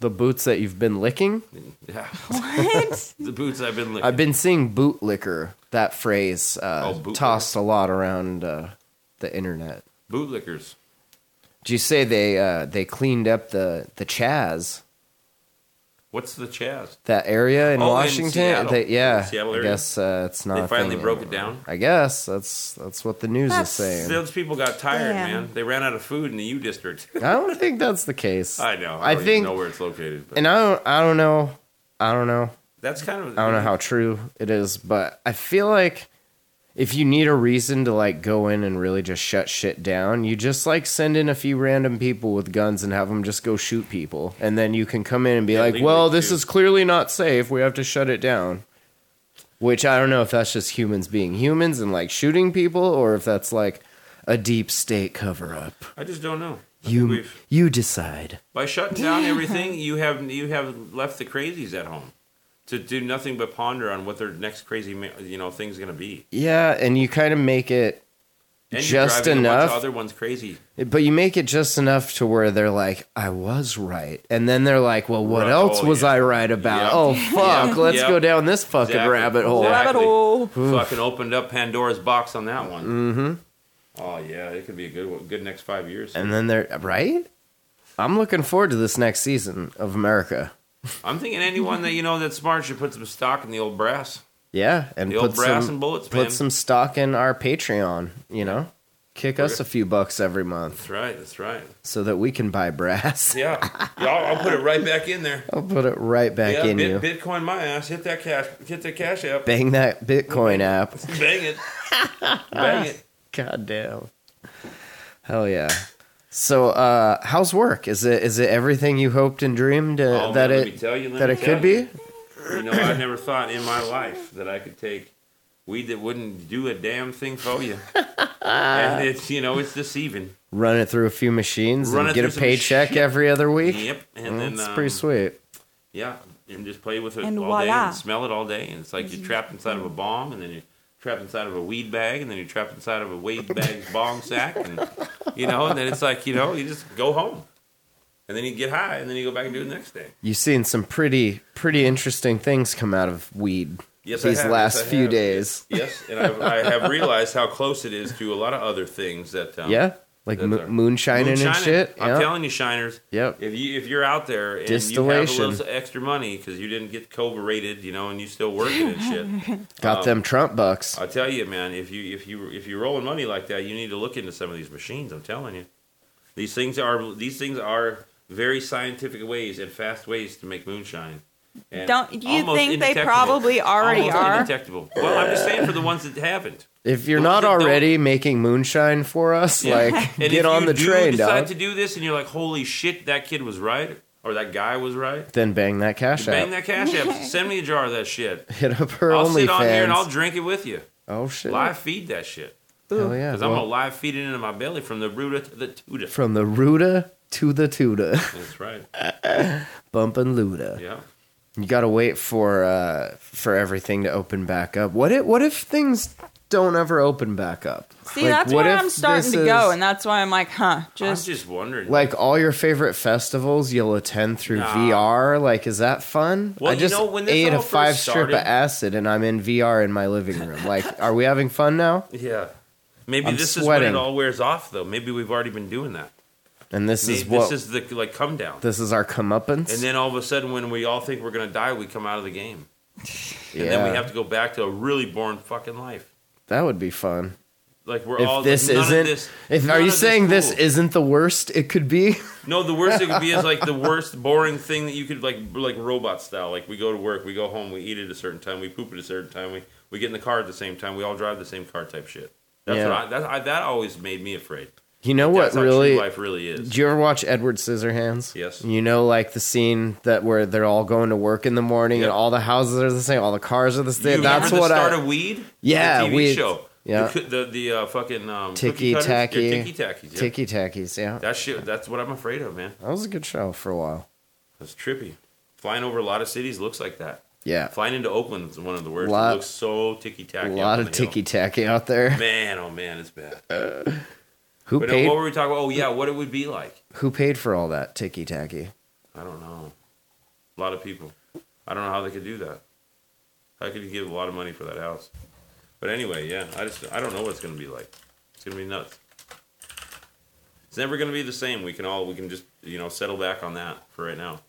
Speaker 4: The boots that you've been licking?
Speaker 6: Yeah,
Speaker 5: What?
Speaker 6: the boots I've been licking.
Speaker 4: I've been seeing bootlicker, that phrase uh,
Speaker 6: Oh, bootlicker.
Speaker 4: tossed a lot around uh, the internet.
Speaker 6: Bootlickers.
Speaker 4: Did you say they uh, they cleaned up the the Chaz
Speaker 6: What's the Chaz?
Speaker 4: that area in
Speaker 6: Oh, in
Speaker 4: Washington?
Speaker 6: Seattle.
Speaker 4: They- yeah,
Speaker 6: The Seattle
Speaker 4: I
Speaker 6: area.
Speaker 4: guess uh, it's not.
Speaker 6: They
Speaker 4: a
Speaker 6: finally
Speaker 4: thing
Speaker 6: broke it
Speaker 4: anymore.
Speaker 6: down?
Speaker 4: I guess that's that's what the news
Speaker 5: That's-
Speaker 4: is saying.
Speaker 6: Those people got tired,
Speaker 5: Damn.
Speaker 6: man. They ran out of food in the U district.
Speaker 4: I don't think that's the case.
Speaker 6: I know. I,
Speaker 4: I,
Speaker 6: don't
Speaker 4: think,
Speaker 6: even know where it's located, but
Speaker 4: and I don't. I don't know. I don't know.
Speaker 6: that's kind of.
Speaker 4: I don't know how true it is, but I feel like if you need a reason to like go in and really just shut shit down, you just like send in a few random people with guns and have them just go shoot people, and then you can come in and be like,
Speaker 6: legally
Speaker 4: "Well, this
Speaker 6: too.
Speaker 4: is clearly not safe. We have to shut it down." Which I don't know if that's just humans being humans and like shooting people, or if that's like a deep state cover up.
Speaker 6: I just don't know. I think
Speaker 4: You
Speaker 6: we've-
Speaker 4: you decide.
Speaker 6: by shutting down everything, you have you have left the crazies at home to do nothing but ponder on what their next crazy ma- you know thing's going to be.
Speaker 4: Yeah, and you kind of make it
Speaker 6: And you're
Speaker 4: just
Speaker 6: driving a bunch
Speaker 4: enough
Speaker 6: of other ones crazy.
Speaker 4: But you make it just enough to where they're like, I was right. And then they're like, well, what
Speaker 6: Right.
Speaker 4: else
Speaker 6: Oh,
Speaker 4: was
Speaker 6: yeah.
Speaker 4: I right about?
Speaker 6: Yep.
Speaker 4: Oh, fuck.
Speaker 6: Yep.
Speaker 4: Let's
Speaker 6: Yep.
Speaker 4: go down this fucking
Speaker 6: Exactly.
Speaker 4: rabbit hole.
Speaker 6: Exactly.
Speaker 5: Rabbit hole.
Speaker 6: Fucking opened up Pandora's box on that one. Oh yeah, it could be a good one- good next five years.
Speaker 4: Mm-hmm. And then they're right. I'm looking forward to this next season of America.
Speaker 6: I'm thinking anyone that you know that's smart should put some stock in the old brass.
Speaker 4: Yeah, and
Speaker 6: The old
Speaker 4: put
Speaker 6: brass
Speaker 4: some
Speaker 6: and bullets,
Speaker 4: put
Speaker 6: man.
Speaker 4: some stock in our Patreon. You know, kick us a few bucks every month
Speaker 6: That's right. That's right.
Speaker 4: so that we can buy brass.
Speaker 6: Yeah, Yeah, I'll, I'll put it right back in there.
Speaker 4: I'll put it right back
Speaker 6: Yeah,
Speaker 4: in
Speaker 6: bit,
Speaker 4: you.
Speaker 6: Bitcoin my ass. Hit that cash. Hit that cash app.
Speaker 4: Bang that Bitcoin app.
Speaker 6: Bang it. Bang it.
Speaker 4: God damn. Hell yeah. So, uh, how's work? Is it is it everything you hoped and dreamed uh,
Speaker 6: Oh,
Speaker 4: that
Speaker 6: man, let me
Speaker 4: it
Speaker 6: tell you, let
Speaker 4: that
Speaker 6: me
Speaker 4: it
Speaker 6: tell
Speaker 4: could
Speaker 6: you.
Speaker 4: be?
Speaker 6: You know, I never thought in my life that I could take weed that wouldn't do a damn thing for you. and it's you know it's deceiving.
Speaker 4: Run it through a few machines
Speaker 6: Run
Speaker 4: and
Speaker 6: it
Speaker 4: get a
Speaker 6: through some
Speaker 4: paycheck
Speaker 6: shit.
Speaker 4: every other week.
Speaker 6: Yep. And
Speaker 4: Mm,
Speaker 6: then
Speaker 4: That's
Speaker 6: um,
Speaker 4: pretty sweet.
Speaker 6: Yeah, and just play with it
Speaker 5: And
Speaker 6: all day
Speaker 5: voila.
Speaker 6: and smell it all day, and it's like you're trapped inside of a bomb, and then you're trapped inside of a weed bag, and then you're trapped inside of a weed bag's bong sack, and you know, and then it's like you know, you just go home, and then you get high, and then you go back and do it the next day.
Speaker 4: You've seen some pretty pretty interesting things come out of weed
Speaker 6: Yes, I
Speaker 4: these
Speaker 6: have, yes,
Speaker 4: last
Speaker 6: I
Speaker 4: few
Speaker 6: have.
Speaker 4: days.
Speaker 6: Yes, and I've, I have realized how close it is to a lot of other things that um,
Speaker 4: yeah, like
Speaker 6: that's
Speaker 4: mo-
Speaker 6: our-
Speaker 4: moonshining, and
Speaker 6: moonshining.
Speaker 4: shit.
Speaker 6: I'm
Speaker 4: yeah.
Speaker 6: telling you, shiners.
Speaker 4: Yep.
Speaker 6: If you if you're out there and you have a
Speaker 4: Distillation.
Speaker 6: little extra money because you didn't get COVID rated, you know, and you still working and shit.
Speaker 4: Got
Speaker 6: um,
Speaker 4: them Trump bucks.
Speaker 6: I tell you, man, if you if you if you're rolling money like that, you need to look into some of these machines. I'm telling you, these things are these things are very scientific ways and fast ways to make moonshine. And
Speaker 5: Don't you
Speaker 6: almost
Speaker 5: think they
Speaker 6: indetectable.
Speaker 5: probably already
Speaker 6: Almost
Speaker 5: are?
Speaker 6: indetectable. Well, I'm just saying for the ones that haven't.
Speaker 4: if you're
Speaker 6: the
Speaker 4: not
Speaker 6: ones that don't-
Speaker 4: already making moonshine for us,
Speaker 6: Yeah.
Speaker 4: like
Speaker 6: And
Speaker 4: get
Speaker 6: if
Speaker 4: on
Speaker 6: you
Speaker 4: the
Speaker 6: do
Speaker 4: train,
Speaker 6: decide
Speaker 4: dog.
Speaker 6: to do this, and you're like, "Holy shit, that kid was right," or "That guy was right."
Speaker 4: then bang that cash out.
Speaker 6: Bang that cash app. Send me a jar of that shit.
Speaker 4: Hit up her
Speaker 6: I'll sit on here and I'll
Speaker 4: OnlyFans.
Speaker 6: drink it with you.
Speaker 4: Oh shit!
Speaker 6: Live feed that shit.
Speaker 4: Hell yeah!
Speaker 6: Because I'm
Speaker 4: Well,
Speaker 6: going to live feed it into my belly from the root to the tuta.
Speaker 4: from the Ruda to the Tuda,
Speaker 6: That's right.
Speaker 4: bumpin' Luda.
Speaker 6: Yeah.
Speaker 4: You gotta wait for uh, for everything to open back up. What if what if things don't ever open back up?
Speaker 5: See,
Speaker 4: Like,
Speaker 5: that's
Speaker 4: what
Speaker 5: where
Speaker 4: if
Speaker 5: I'm starting
Speaker 4: this
Speaker 5: to go,
Speaker 4: is-
Speaker 5: and that's why I'm like, huh, just,
Speaker 6: I'm just wondering.
Speaker 4: like all your favorite festivals you'll attend through
Speaker 6: Nah.
Speaker 4: VR. Like, is that fun?
Speaker 6: Well,
Speaker 4: I
Speaker 6: you
Speaker 4: just
Speaker 6: know, when this
Speaker 4: ate
Speaker 6: all
Speaker 4: a
Speaker 6: first
Speaker 4: five strip
Speaker 6: started-
Speaker 4: of acid and I'm in VR in my living room. Like, are we having fun now?
Speaker 6: yeah. Maybe
Speaker 4: I'm
Speaker 6: this is when
Speaker 4: sweating.
Speaker 6: it all wears off, though. Maybe we've already been doing that.
Speaker 4: And this
Speaker 6: Maybe
Speaker 4: is what
Speaker 6: this is the like come down.
Speaker 4: this is our comeuppance.
Speaker 6: and then all of a sudden, when we all think we're going to die, we come out of the game.
Speaker 4: yeah,
Speaker 6: And then we have to go back to a really boring fucking life.
Speaker 4: that would be fun.
Speaker 6: Like we're
Speaker 4: If
Speaker 6: all
Speaker 4: this
Speaker 6: like, none of
Speaker 4: isn't,
Speaker 6: this-
Speaker 4: if
Speaker 6: none
Speaker 4: are you
Speaker 6: of
Speaker 4: saying this,
Speaker 6: cool.
Speaker 4: isn't the worst it could be?
Speaker 6: No, the worst it could be is like the worst boring thing that you could like like robot style. Like we go to work, we go home, we eat at a certain time, we poop at a certain time, we, we get in the car at the same time, we all drive the same car type shit. That's
Speaker 4: Yeah.
Speaker 6: what I, that I, that always made me afraid.
Speaker 4: You know what
Speaker 6: That's how
Speaker 4: really?
Speaker 6: true life really is.
Speaker 4: Do you ever watch Edward Scissorhands?
Speaker 6: Yes.
Speaker 4: You know, like the scene that where they're all going to work in the morning and
Speaker 6: Yep.
Speaker 4: all the houses are the same, all the cars are the same.
Speaker 6: you
Speaker 4: That's
Speaker 6: remember
Speaker 4: what
Speaker 6: the start
Speaker 4: I.
Speaker 6: of Weed?
Speaker 4: Yeah,
Speaker 6: the TV
Speaker 4: Weed.
Speaker 6: show.
Speaker 4: Yeah.
Speaker 6: the, the, the uh, fucking um,
Speaker 4: Ticky Tacky.
Speaker 6: Ticky tacky. Yeah.
Speaker 4: Ticky tackies, yeah.
Speaker 6: That shit. That's what I'm afraid of, man.
Speaker 4: That was a good show for a while.
Speaker 6: That's trippy. Flying over a lot of cities looks like that.
Speaker 4: Yeah.
Speaker 6: Flying into Oakland is one of the worst.
Speaker 4: Lot-
Speaker 6: it looks so ticky
Speaker 4: A
Speaker 6: tacky.
Speaker 4: lot of ticky tacky out there.
Speaker 6: Man, oh man, it's bad.
Speaker 4: Who
Speaker 6: But no,
Speaker 4: paid
Speaker 6: what were we talking about? Oh yeah, what it would be like.
Speaker 4: who paid for all that ticky tacky?
Speaker 6: I don't know. A lot of people. I don't know how they could do that. How could you give a lot of money for that house? But anyway, yeah, I just I don't know what it's gonna be like. It's gonna be nuts. It's never gonna be the same. We can all we can just you know settle back on that for right now.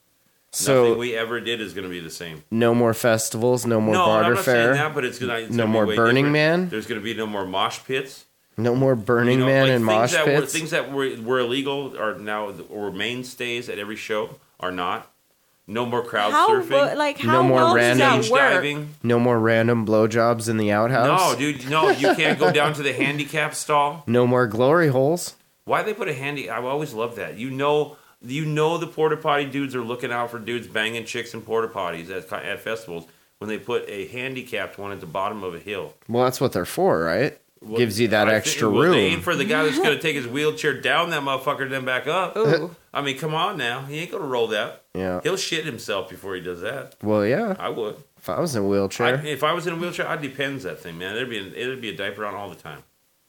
Speaker 4: So
Speaker 6: Nothing we ever did is gonna be the same.
Speaker 4: no more festivals, no more
Speaker 6: no, and
Speaker 4: barter
Speaker 6: I'm not
Speaker 4: fair,
Speaker 6: saying that, but it's gonna it's
Speaker 4: No
Speaker 6: gonna be
Speaker 4: more
Speaker 6: way
Speaker 4: Burning
Speaker 6: different.
Speaker 4: Man?
Speaker 6: There's gonna be no more mosh pits.
Speaker 4: no more Burning
Speaker 6: You know,
Speaker 4: Man
Speaker 6: like
Speaker 4: and
Speaker 6: things
Speaker 4: mosh
Speaker 6: that Were,
Speaker 4: pits.
Speaker 6: things that were, were illegal are now or mainstays at every show are not. No more crowd
Speaker 5: how,
Speaker 6: surfing.
Speaker 5: wo- like,
Speaker 4: No
Speaker 5: how
Speaker 4: more
Speaker 5: well
Speaker 4: random
Speaker 5: does
Speaker 6: stage
Speaker 5: that work?
Speaker 6: diving.
Speaker 4: No more random blowjobs in the outhouse.
Speaker 6: No, dude, no, you can't go down to the handicap stall.
Speaker 4: No more glory holes.
Speaker 6: Why they put a handy? I always love that. You know, you know the porta potty dudes are looking out for dudes banging chicks in porta potties at, co- at festivals when they put a handicapped one at the bottom of a hill.
Speaker 4: Well, that's what they're for, right?
Speaker 6: Well,
Speaker 4: Gives you that
Speaker 6: I think-
Speaker 4: extra
Speaker 6: well,
Speaker 4: room.
Speaker 6: They ain't for the guy that's going to take his wheelchair down that motherfucker, then back up.
Speaker 5: Ooh.
Speaker 6: I mean, come on now, he ain't going to roll that.
Speaker 4: yeah.
Speaker 6: He'll shit himself before he does that.
Speaker 4: Well, yeah.
Speaker 6: I would.
Speaker 4: If I was in a
Speaker 6: I,
Speaker 4: wheelchair,
Speaker 6: if I was in a wheelchair, I'd depends that thing, man. There'd be an, it'd be a diaper on all the time.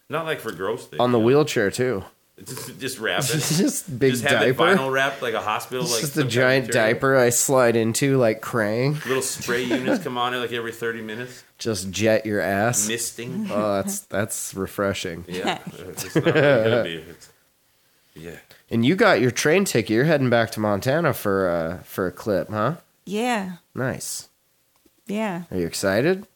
Speaker 6: Not like for gross things.
Speaker 4: on the wheelchair too.
Speaker 6: Just, just wrap it.
Speaker 4: just big
Speaker 6: just have it
Speaker 4: diaper.
Speaker 6: vinyl wrapped like a hospital.
Speaker 4: It's
Speaker 6: like
Speaker 4: just a
Speaker 6: some kind of
Speaker 4: giant
Speaker 6: material.
Speaker 4: diaper I slide into like Krang.
Speaker 6: Little spray units come on it like every thirty minutes,
Speaker 4: Just jet your ass.
Speaker 6: misting.
Speaker 4: Oh, that's that's refreshing.
Speaker 6: Yeah, Uh, it's not what it could be. It's- yeah.
Speaker 4: And you got your train ticket. You're heading back to Montana for uh for a clip, huh?
Speaker 5: Yeah.
Speaker 4: Nice.
Speaker 5: Yeah.
Speaker 4: Are you excited?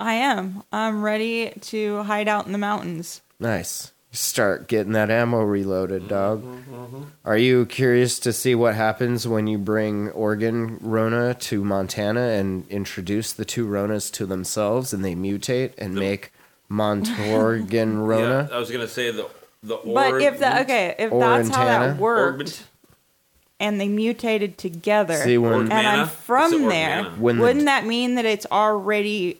Speaker 5: I am. I'm ready to hide out in the mountains.
Speaker 4: Nice. Start getting that ammo
Speaker 6: Mm-hmm,
Speaker 4: reloaded, dog. Are you curious to see what happens when you bring Oregon Rona to Montana and introduce the two Ronas to themselves and they mutate and make Montorgan Rona?
Speaker 6: Yeah, I was gonna say the the
Speaker 5: But if that
Speaker 6: orange-
Speaker 5: okay, if
Speaker 4: Or
Speaker 5: that's how
Speaker 4: antenna.
Speaker 5: that
Speaker 6: Org-
Speaker 5: worked and they mutated together
Speaker 4: See when
Speaker 6: Organ-
Speaker 5: and
Speaker 6: Mana?
Speaker 5: I'm from
Speaker 6: It's the
Speaker 5: there,
Speaker 6: Organa.
Speaker 4: When the-
Speaker 5: wouldn't that mean that it's already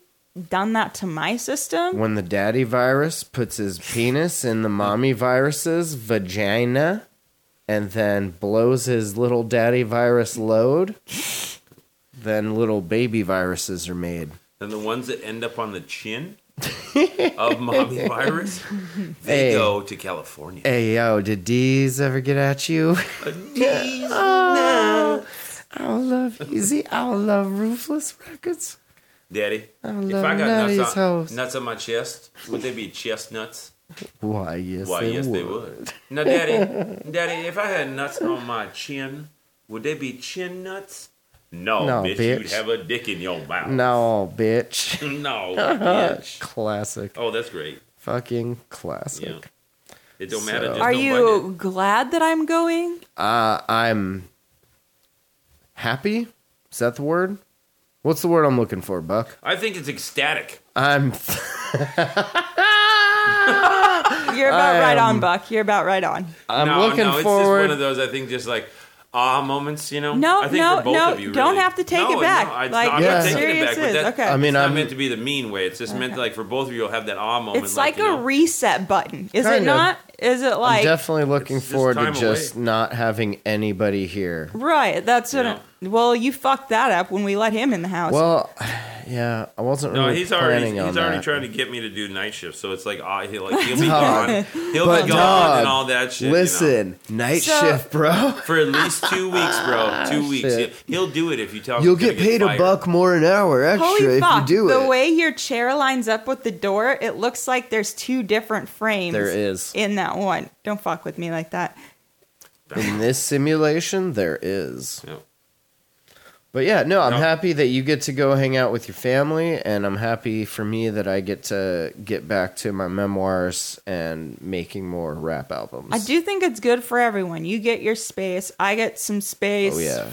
Speaker 5: done that to my system?
Speaker 4: when the daddy virus puts his penis in the mommy virus's vagina and then blows his little daddy virus load, then little baby viruses are made.
Speaker 6: and the ones that end up on the chin of mommy virus, they
Speaker 4: Hey.
Speaker 6: go to California.
Speaker 4: Hey yo, did D's ever get at you?
Speaker 6: Jeez.
Speaker 4: I love Easy. I love Ruthless Records.
Speaker 6: Daddy, if
Speaker 4: love
Speaker 6: I got
Speaker 4: Nutty's
Speaker 6: nuts on,
Speaker 4: house.
Speaker 6: nuts on my chest, would they be chestnuts?
Speaker 4: Why yes,
Speaker 6: Why,
Speaker 4: they,
Speaker 6: yes,
Speaker 4: would.
Speaker 6: they would. Now, Daddy, Daddy, if I had nuts on my chin, would they be chin nuts? No,
Speaker 4: No,
Speaker 6: bitch,
Speaker 4: bitch.
Speaker 6: you'd have a dick in your mouth.
Speaker 4: No, bitch.
Speaker 6: no, bitch.
Speaker 4: classic.
Speaker 6: Oh, that's great.
Speaker 4: Fucking classic.
Speaker 6: Yeah. It don't matter.
Speaker 4: So-
Speaker 6: Just
Speaker 5: Are
Speaker 6: don't
Speaker 5: you
Speaker 6: bite
Speaker 5: glad that I'm going?
Speaker 4: Uh, I'm happy. Is that the word? What's the word I'm looking for, Buck?
Speaker 6: it. I think it's ecstatic.
Speaker 4: I'm
Speaker 5: You're about
Speaker 4: I
Speaker 5: right
Speaker 4: am-
Speaker 5: on, Buck. You're about right on.
Speaker 4: I'm
Speaker 6: no,
Speaker 4: looking
Speaker 6: no, it's
Speaker 4: forward.
Speaker 6: just one of those. I think just like ah moments, you know.
Speaker 5: No,
Speaker 6: I think
Speaker 5: no,
Speaker 6: for both
Speaker 5: no,
Speaker 6: of you,
Speaker 5: don't
Speaker 6: really.
Speaker 5: have to take
Speaker 6: No,
Speaker 5: it back.
Speaker 6: No, I,
Speaker 5: Like,
Speaker 6: am
Speaker 4: Yeah.
Speaker 6: not taking it back.
Speaker 5: serious
Speaker 6: But that,
Speaker 5: okay.
Speaker 4: I
Speaker 6: I mean,
Speaker 4: mean,
Speaker 6: it's not
Speaker 4: I'm
Speaker 6: meant to be the mean way. It's just meant to, like for both of you, you'll have that ah moment.
Speaker 5: It's like,
Speaker 6: you
Speaker 5: a
Speaker 6: know,
Speaker 5: reset button, is it
Speaker 4: Kinda.
Speaker 5: not? Is it
Speaker 4: I'm
Speaker 5: like
Speaker 4: definitely looking
Speaker 6: It's just
Speaker 4: forward to
Speaker 6: time
Speaker 4: just
Speaker 6: away.
Speaker 4: not having anybody here.
Speaker 5: right? That's what.
Speaker 6: Yeah.
Speaker 5: I- well, you fucked that up when we let him in the house.
Speaker 4: Well, yeah, I wasn't
Speaker 6: No,
Speaker 4: really
Speaker 6: he's already
Speaker 4: planning
Speaker 6: he's
Speaker 4: on
Speaker 6: already
Speaker 4: that.
Speaker 6: trying to get me to do night shift, so it's like ah, he like he'll be
Speaker 4: Dog.
Speaker 6: gone, he'll
Speaker 4: But
Speaker 6: be gone,
Speaker 4: dog,
Speaker 6: and all that shit. you know.
Speaker 4: Listen, night
Speaker 5: So-
Speaker 4: shift, bro.
Speaker 6: for at least two weeks, bro, two weeks.
Speaker 4: Ah, Shit.
Speaker 6: He'll, he'll do it if you tell him.
Speaker 4: You'll
Speaker 6: he's
Speaker 4: get
Speaker 6: gonna
Speaker 4: paid a
Speaker 6: fired.
Speaker 4: buck more an hour extra
Speaker 5: Holy
Speaker 4: if
Speaker 5: fuck!
Speaker 4: you do
Speaker 5: the
Speaker 4: it.
Speaker 5: way your chair lines up with the door, it looks like there's two different frames.
Speaker 4: There is.
Speaker 5: in that one. Don't fuck with me like that.
Speaker 4: In this simulation, there is.
Speaker 6: Yeah.
Speaker 4: But yeah, no, I'm
Speaker 6: No.
Speaker 4: happy that you get to go hang out with your family, and I'm happy for me that I get to get back to my memoirs and making more rap albums.
Speaker 5: I do think it's good for everyone. You get your space. I get some space.
Speaker 4: Oh yeah,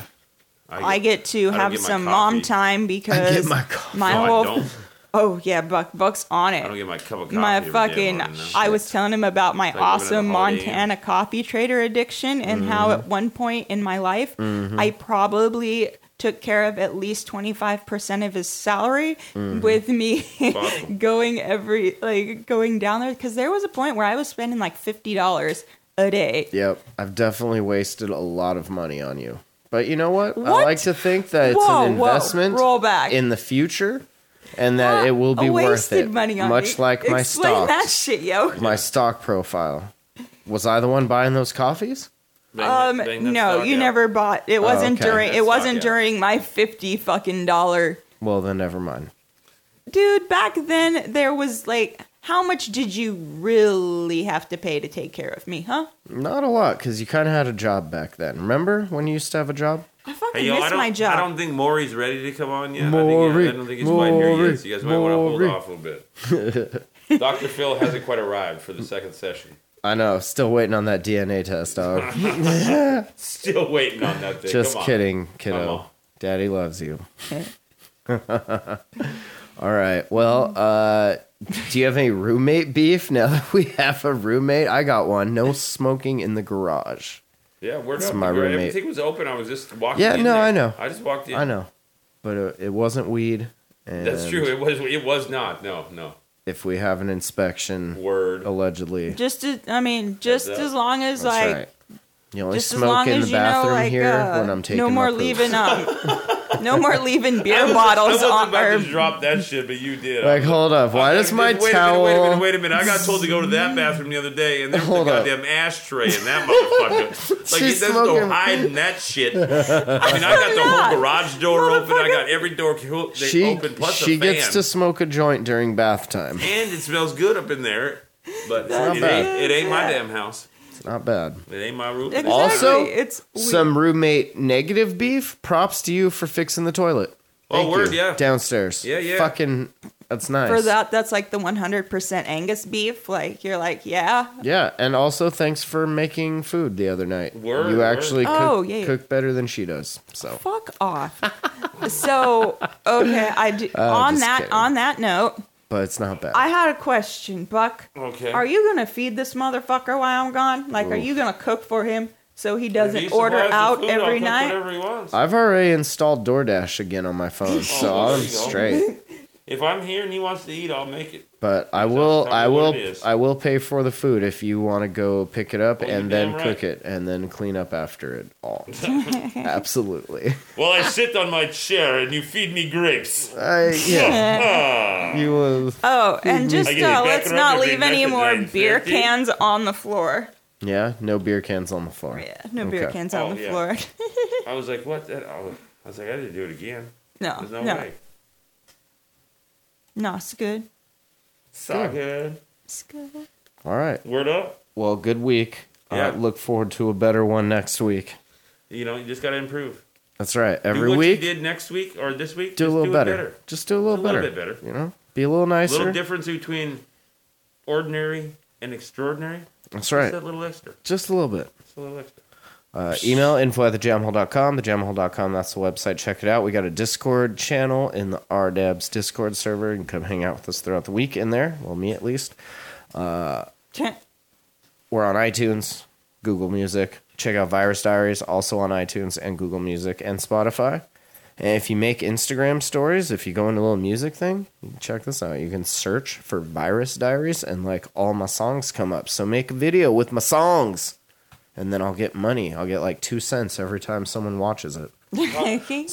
Speaker 5: I get to
Speaker 6: don't
Speaker 5: have
Speaker 6: get my
Speaker 5: some mom
Speaker 6: coffee.
Speaker 5: time
Speaker 4: I
Speaker 5: because
Speaker 4: get my coffee.
Speaker 5: my
Speaker 6: No,
Speaker 5: whole
Speaker 6: I don't.
Speaker 5: oh yeah, Buck Buck's on it.
Speaker 6: I don't get my cup of coffee.
Speaker 5: my
Speaker 6: every damn
Speaker 5: fucking
Speaker 6: morning, no.
Speaker 5: i was telling him about my
Speaker 6: like living in a
Speaker 5: awesome
Speaker 6: Holiday
Speaker 5: montana coffee trader addiction and
Speaker 4: Mm-hmm.
Speaker 5: how at one point in my life i probably took care of at least 25% of his salary
Speaker 4: Mm-hmm.
Speaker 5: with me
Speaker 6: Awesome.
Speaker 5: going every like going down there because there was a point where i was spending like $50 a day
Speaker 4: Yep, I've definitely wasted a lot of money on you. But you know what? I
Speaker 5: What?
Speaker 4: like to think that it's
Speaker 5: Whoa,
Speaker 4: an
Speaker 5: whoa,
Speaker 4: investment
Speaker 5: roll back.
Speaker 4: in the future, and that it will
Speaker 5: I
Speaker 4: be worth
Speaker 5: wasted
Speaker 4: it.
Speaker 5: money on
Speaker 4: much
Speaker 5: me.
Speaker 4: like my
Speaker 5: Explain
Speaker 4: stock,
Speaker 5: that shit yo
Speaker 4: my stock profile. Was I the one buying those coffees?
Speaker 6: Bang that-
Speaker 5: um
Speaker 6: bang that
Speaker 5: no
Speaker 6: stock
Speaker 5: you
Speaker 6: out.
Speaker 5: never bought
Speaker 6: Oh,
Speaker 5: it wasn't
Speaker 4: okay.
Speaker 5: during
Speaker 6: That
Speaker 5: it
Speaker 6: stock
Speaker 5: wasn't
Speaker 6: out.
Speaker 5: during my 50 fucking dollar
Speaker 4: Well, then never mind.
Speaker 5: dude back then there was like how much did you really have to pay to take care of me huh
Speaker 4: Not a lot, because you kind of had a job back then. Remember when you used to have a job?
Speaker 5: i fucking
Speaker 6: Hey, yo, I
Speaker 5: missed
Speaker 6: don't,
Speaker 5: my job
Speaker 6: I don't think Maury's ready to come on yet. I,
Speaker 4: Maury,
Speaker 6: think, I don't think he's quite here
Speaker 4: Maury,
Speaker 6: yet. So you guys might want to
Speaker 4: Maury.
Speaker 6: hold off a little bit. Dr. Phil hasn't quite arrived for the second session.
Speaker 4: I know. Still waiting on that DNA test, dog.
Speaker 6: Still waiting on that thing.
Speaker 4: Just
Speaker 6: Come on.
Speaker 4: kidding,
Speaker 6: Come
Speaker 4: kiddo.
Speaker 6: on.
Speaker 4: Daddy loves you. All right. Well, uh, do you have any roommate beef now that we have a roommate? I got one. No smoking in the garage.
Speaker 6: Yeah, we're
Speaker 4: That's
Speaker 6: not.
Speaker 4: my roommate.
Speaker 6: Everything was open. I was just walking.
Speaker 4: Yeah,
Speaker 6: in
Speaker 4: no,
Speaker 6: there.
Speaker 4: I know.
Speaker 6: I just walked in.
Speaker 4: I know, but uh, it, it wasn't weed. And
Speaker 6: That's true. It was. It was not. No, no.
Speaker 4: If we have an inspection,
Speaker 6: Word.
Speaker 4: allegedly,
Speaker 5: just as, i mean just
Speaker 6: That's, uh,
Speaker 5: as long as
Speaker 4: that's
Speaker 5: like
Speaker 4: right. You only
Speaker 5: just as
Speaker 4: smoke
Speaker 5: long
Speaker 4: in
Speaker 5: as
Speaker 4: the
Speaker 5: you know
Speaker 4: bathroom
Speaker 5: like
Speaker 4: here
Speaker 5: uh,
Speaker 4: when I'm taking
Speaker 5: no
Speaker 4: my
Speaker 5: more
Speaker 4: poop.
Speaker 5: leaving um No more leaving beer
Speaker 6: I
Speaker 5: bottles
Speaker 6: wasn't
Speaker 5: on
Speaker 6: about
Speaker 5: our.
Speaker 6: to drop that shit, but you did.
Speaker 4: Like, hold up. Why
Speaker 6: I
Speaker 4: does
Speaker 6: did-
Speaker 4: Uh, my
Speaker 6: wait
Speaker 4: towel?
Speaker 6: A minute, wait a minute, wait a minute. I got told to go to that bathroom the other day, and there was
Speaker 4: Hold
Speaker 6: a
Speaker 4: up.
Speaker 6: goddamn ashtray in that motherfucker. Like,
Speaker 4: She's
Speaker 6: there's
Speaker 4: smoking-
Speaker 6: no hiding that shit. I mean, I got the whole garage door open. I got every door co- they
Speaker 4: she
Speaker 6: open, plus
Speaker 4: she
Speaker 6: a fan.
Speaker 4: gets to smoke a joint during bath time.
Speaker 6: and it smells good up in there, but it ain't,
Speaker 4: bad.
Speaker 6: it ain't my damn house.
Speaker 4: It's not bad.
Speaker 6: It ain't my room.
Speaker 5: Exactly.
Speaker 4: Also,
Speaker 5: it's weird.
Speaker 4: Some roommate negative beef. Props to you for fixing the toilet.
Speaker 6: Oh,
Speaker 4: Thank
Speaker 6: word,
Speaker 4: you.
Speaker 6: yeah.
Speaker 4: Downstairs.
Speaker 6: Yeah, yeah.
Speaker 4: Fucking, that's nice.
Speaker 5: for that. That's like the 100% Angus beef. Like you're like, yeah,
Speaker 4: Yeah, and also thanks for making food the other night.
Speaker 6: Word,
Speaker 4: you
Speaker 6: word.
Speaker 4: actually cook,
Speaker 5: Oh, yeah, yeah.
Speaker 4: cook better than she does. So
Speaker 5: fuck off. so okay, I do, on
Speaker 4: Oh, just
Speaker 5: that
Speaker 4: kidding.
Speaker 5: on that note,
Speaker 4: but it's not bad.
Speaker 5: I had a question, Buck.
Speaker 6: Okay.
Speaker 5: Are you gonna feed this motherfucker while I'm gone? Like, are you gonna cook for him so he
Speaker 6: If he
Speaker 5: doesn't order
Speaker 6: supplies the
Speaker 5: out
Speaker 6: food, I'll
Speaker 5: every
Speaker 6: cook
Speaker 5: night?
Speaker 6: Whatever he wants.
Speaker 4: I've already installed DoorDash again on my phone, so
Speaker 6: well, Oh, there
Speaker 4: I'm
Speaker 6: you go.
Speaker 4: straight.
Speaker 6: If I'm here and he wants to eat, I'll make it.
Speaker 4: But I will,
Speaker 6: tell me
Speaker 4: I
Speaker 6: what
Speaker 4: will,
Speaker 6: it is.
Speaker 4: I will pay for the food if you want to go pick it up
Speaker 6: Oh, you're
Speaker 4: and then
Speaker 6: damn right.
Speaker 4: cook it and then clean up after it all. Absolutely.
Speaker 6: Well, I sit on my chair and you feed me grapes.
Speaker 4: I, yeah, Mm-hmm. you will.
Speaker 5: Oh, and just
Speaker 6: I get it
Speaker 5: uh,
Speaker 6: back
Speaker 5: let's
Speaker 6: around
Speaker 5: not
Speaker 6: every
Speaker 5: leave any
Speaker 6: message
Speaker 5: more
Speaker 6: I'm
Speaker 5: beer
Speaker 6: sent.
Speaker 5: cans on the floor.
Speaker 4: Yeah, no beer cans on the floor.
Speaker 5: Yeah, no beer
Speaker 4: Okay.
Speaker 5: cans on
Speaker 6: Oh,
Speaker 5: the
Speaker 6: yeah.
Speaker 5: floor.
Speaker 6: I was like, what? That? I was I was like, I didn't do it again.
Speaker 5: no,
Speaker 6: There's
Speaker 5: no,
Speaker 6: no,
Speaker 5: no,
Speaker 6: way.
Speaker 5: it's good.
Speaker 6: It's all good.
Speaker 5: It's good.
Speaker 4: All right.
Speaker 6: Word up.
Speaker 4: Well, good week.
Speaker 6: Yeah.
Speaker 4: Uh, look forward to a better one next week.
Speaker 6: You know, you just gotta improve.
Speaker 4: That's right.
Speaker 6: Do
Speaker 4: Every
Speaker 6: what
Speaker 4: week.
Speaker 6: you did next week or this week.
Speaker 4: do a
Speaker 6: just
Speaker 4: little
Speaker 6: it
Speaker 4: better. Just do a little,
Speaker 6: A
Speaker 4: better.
Speaker 6: little bit better.
Speaker 4: You know, be a little
Speaker 6: A little
Speaker 4: nicer.
Speaker 6: difference between ordinary and extraordinary.
Speaker 4: That's
Speaker 6: Just
Speaker 4: right.
Speaker 6: that little extra.
Speaker 4: Just a little bit.
Speaker 6: Just a little extra.
Speaker 4: Uh, email info at thejamhole.com. Thejamhole.com, that's the website. Check it out. We got a Discord channel in the RDABS Discord server. You can come hang out with us throughout the week in there. Well, me at least. We're on iTunes, Google Music. Check out Virus Diaries, also on iTunes and Google Music and Spotify. And if you make Instagram stories, if you go into a little music thing, you can check this out. You can search for Virus Diaries and like all my songs come up. So make a video with my songs. And then I'll get money. I'll get like two cents every time someone watches it.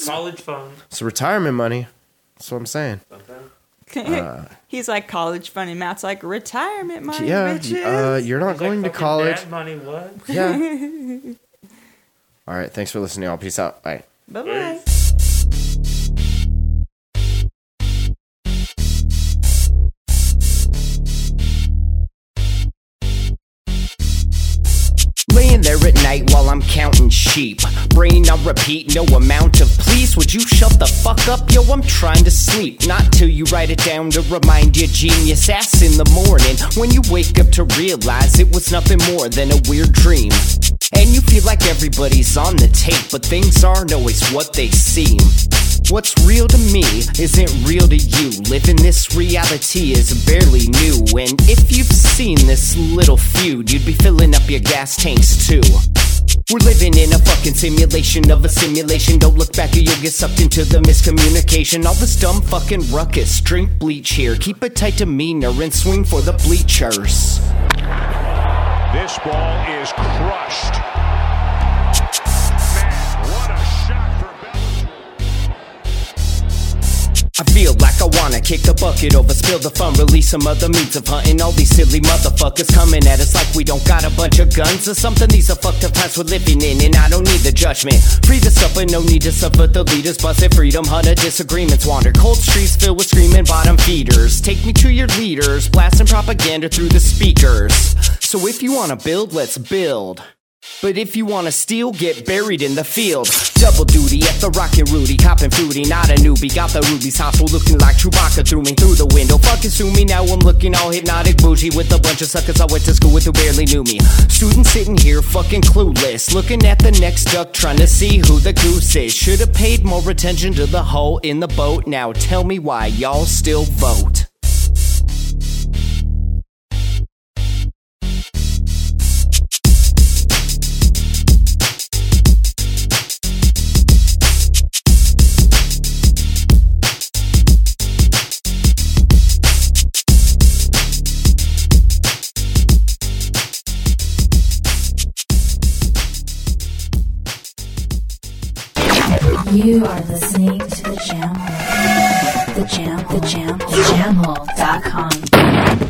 Speaker 6: College fun.
Speaker 4: It's retirement money. That's what I'm saying.
Speaker 6: Sometimes.
Speaker 4: Uh.
Speaker 5: He's like college fun, and Matt's like retirement money,
Speaker 4: yeah,
Speaker 5: bitches.
Speaker 4: uh, you're not going
Speaker 6: Like
Speaker 4: to
Speaker 6: fucking
Speaker 4: college.
Speaker 6: Bad money. What?
Speaker 4: Yeah. all right. Thanks for listening, y'all. Peace out. Bye.
Speaker 5: bye bye.
Speaker 7: Laying there at night while I'm counting sheep. Brain on repeat, no amount of please. Would you shut the fuck up? Yo, I'm trying to sleep. Not till you write it down to remind your genius ass in the morning. When you wake up to realize it was nothing more than a weird dream. And you feel like everybody's on the tape, but things aren't always what they seem. What's real to me isn't real to you. Living this reality is barely new. And if you've seen this little feud, you'd be filling up your gas tanks too. We're living in a fucking simulation of a simulation. Don't look back or you'll get sucked into the miscommunication. All this dumb fucking ruckus. Drink bleach here. Keep a tight demeanor and swing for the bleachers.
Speaker 8: This ball is crushed. Man, what a shot for Belichick.
Speaker 7: I feel like I wanna kick the bucket over, spill the fun, release some other means of hunting. All these silly motherfuckers coming at us like we don't got a bunch of guns or something. These are fucked up times we're living in, and I don't need the judgment. Free to suffer, no need to suffer. The leaders busted freedom, hunter disagreements wander. Cold streets filled with screaming bottom feeders. Take me to your leaders, blasting propaganda through the speakers. So if you wanna build, let's build. But if you wanna steal, get buried in the field. Double duty at the Rocket Rudy, hopping fruity, not a newbie. Got the rubies hostile, looking like Chewbacca threw me through the window. Fucking sue me, now I'm looking all hypnotic, bougie with a bunch of suckers I went to school with who barely knew me. Students sitting here, fucking clueless, looking at the next duck, trying to see who the goose is. Should've paid more attention to the hole in the boat. Now tell me why y'all still vote.
Speaker 9: You are listening to the Jam Hole. The Jam, the Jam, the Jam Hole.com.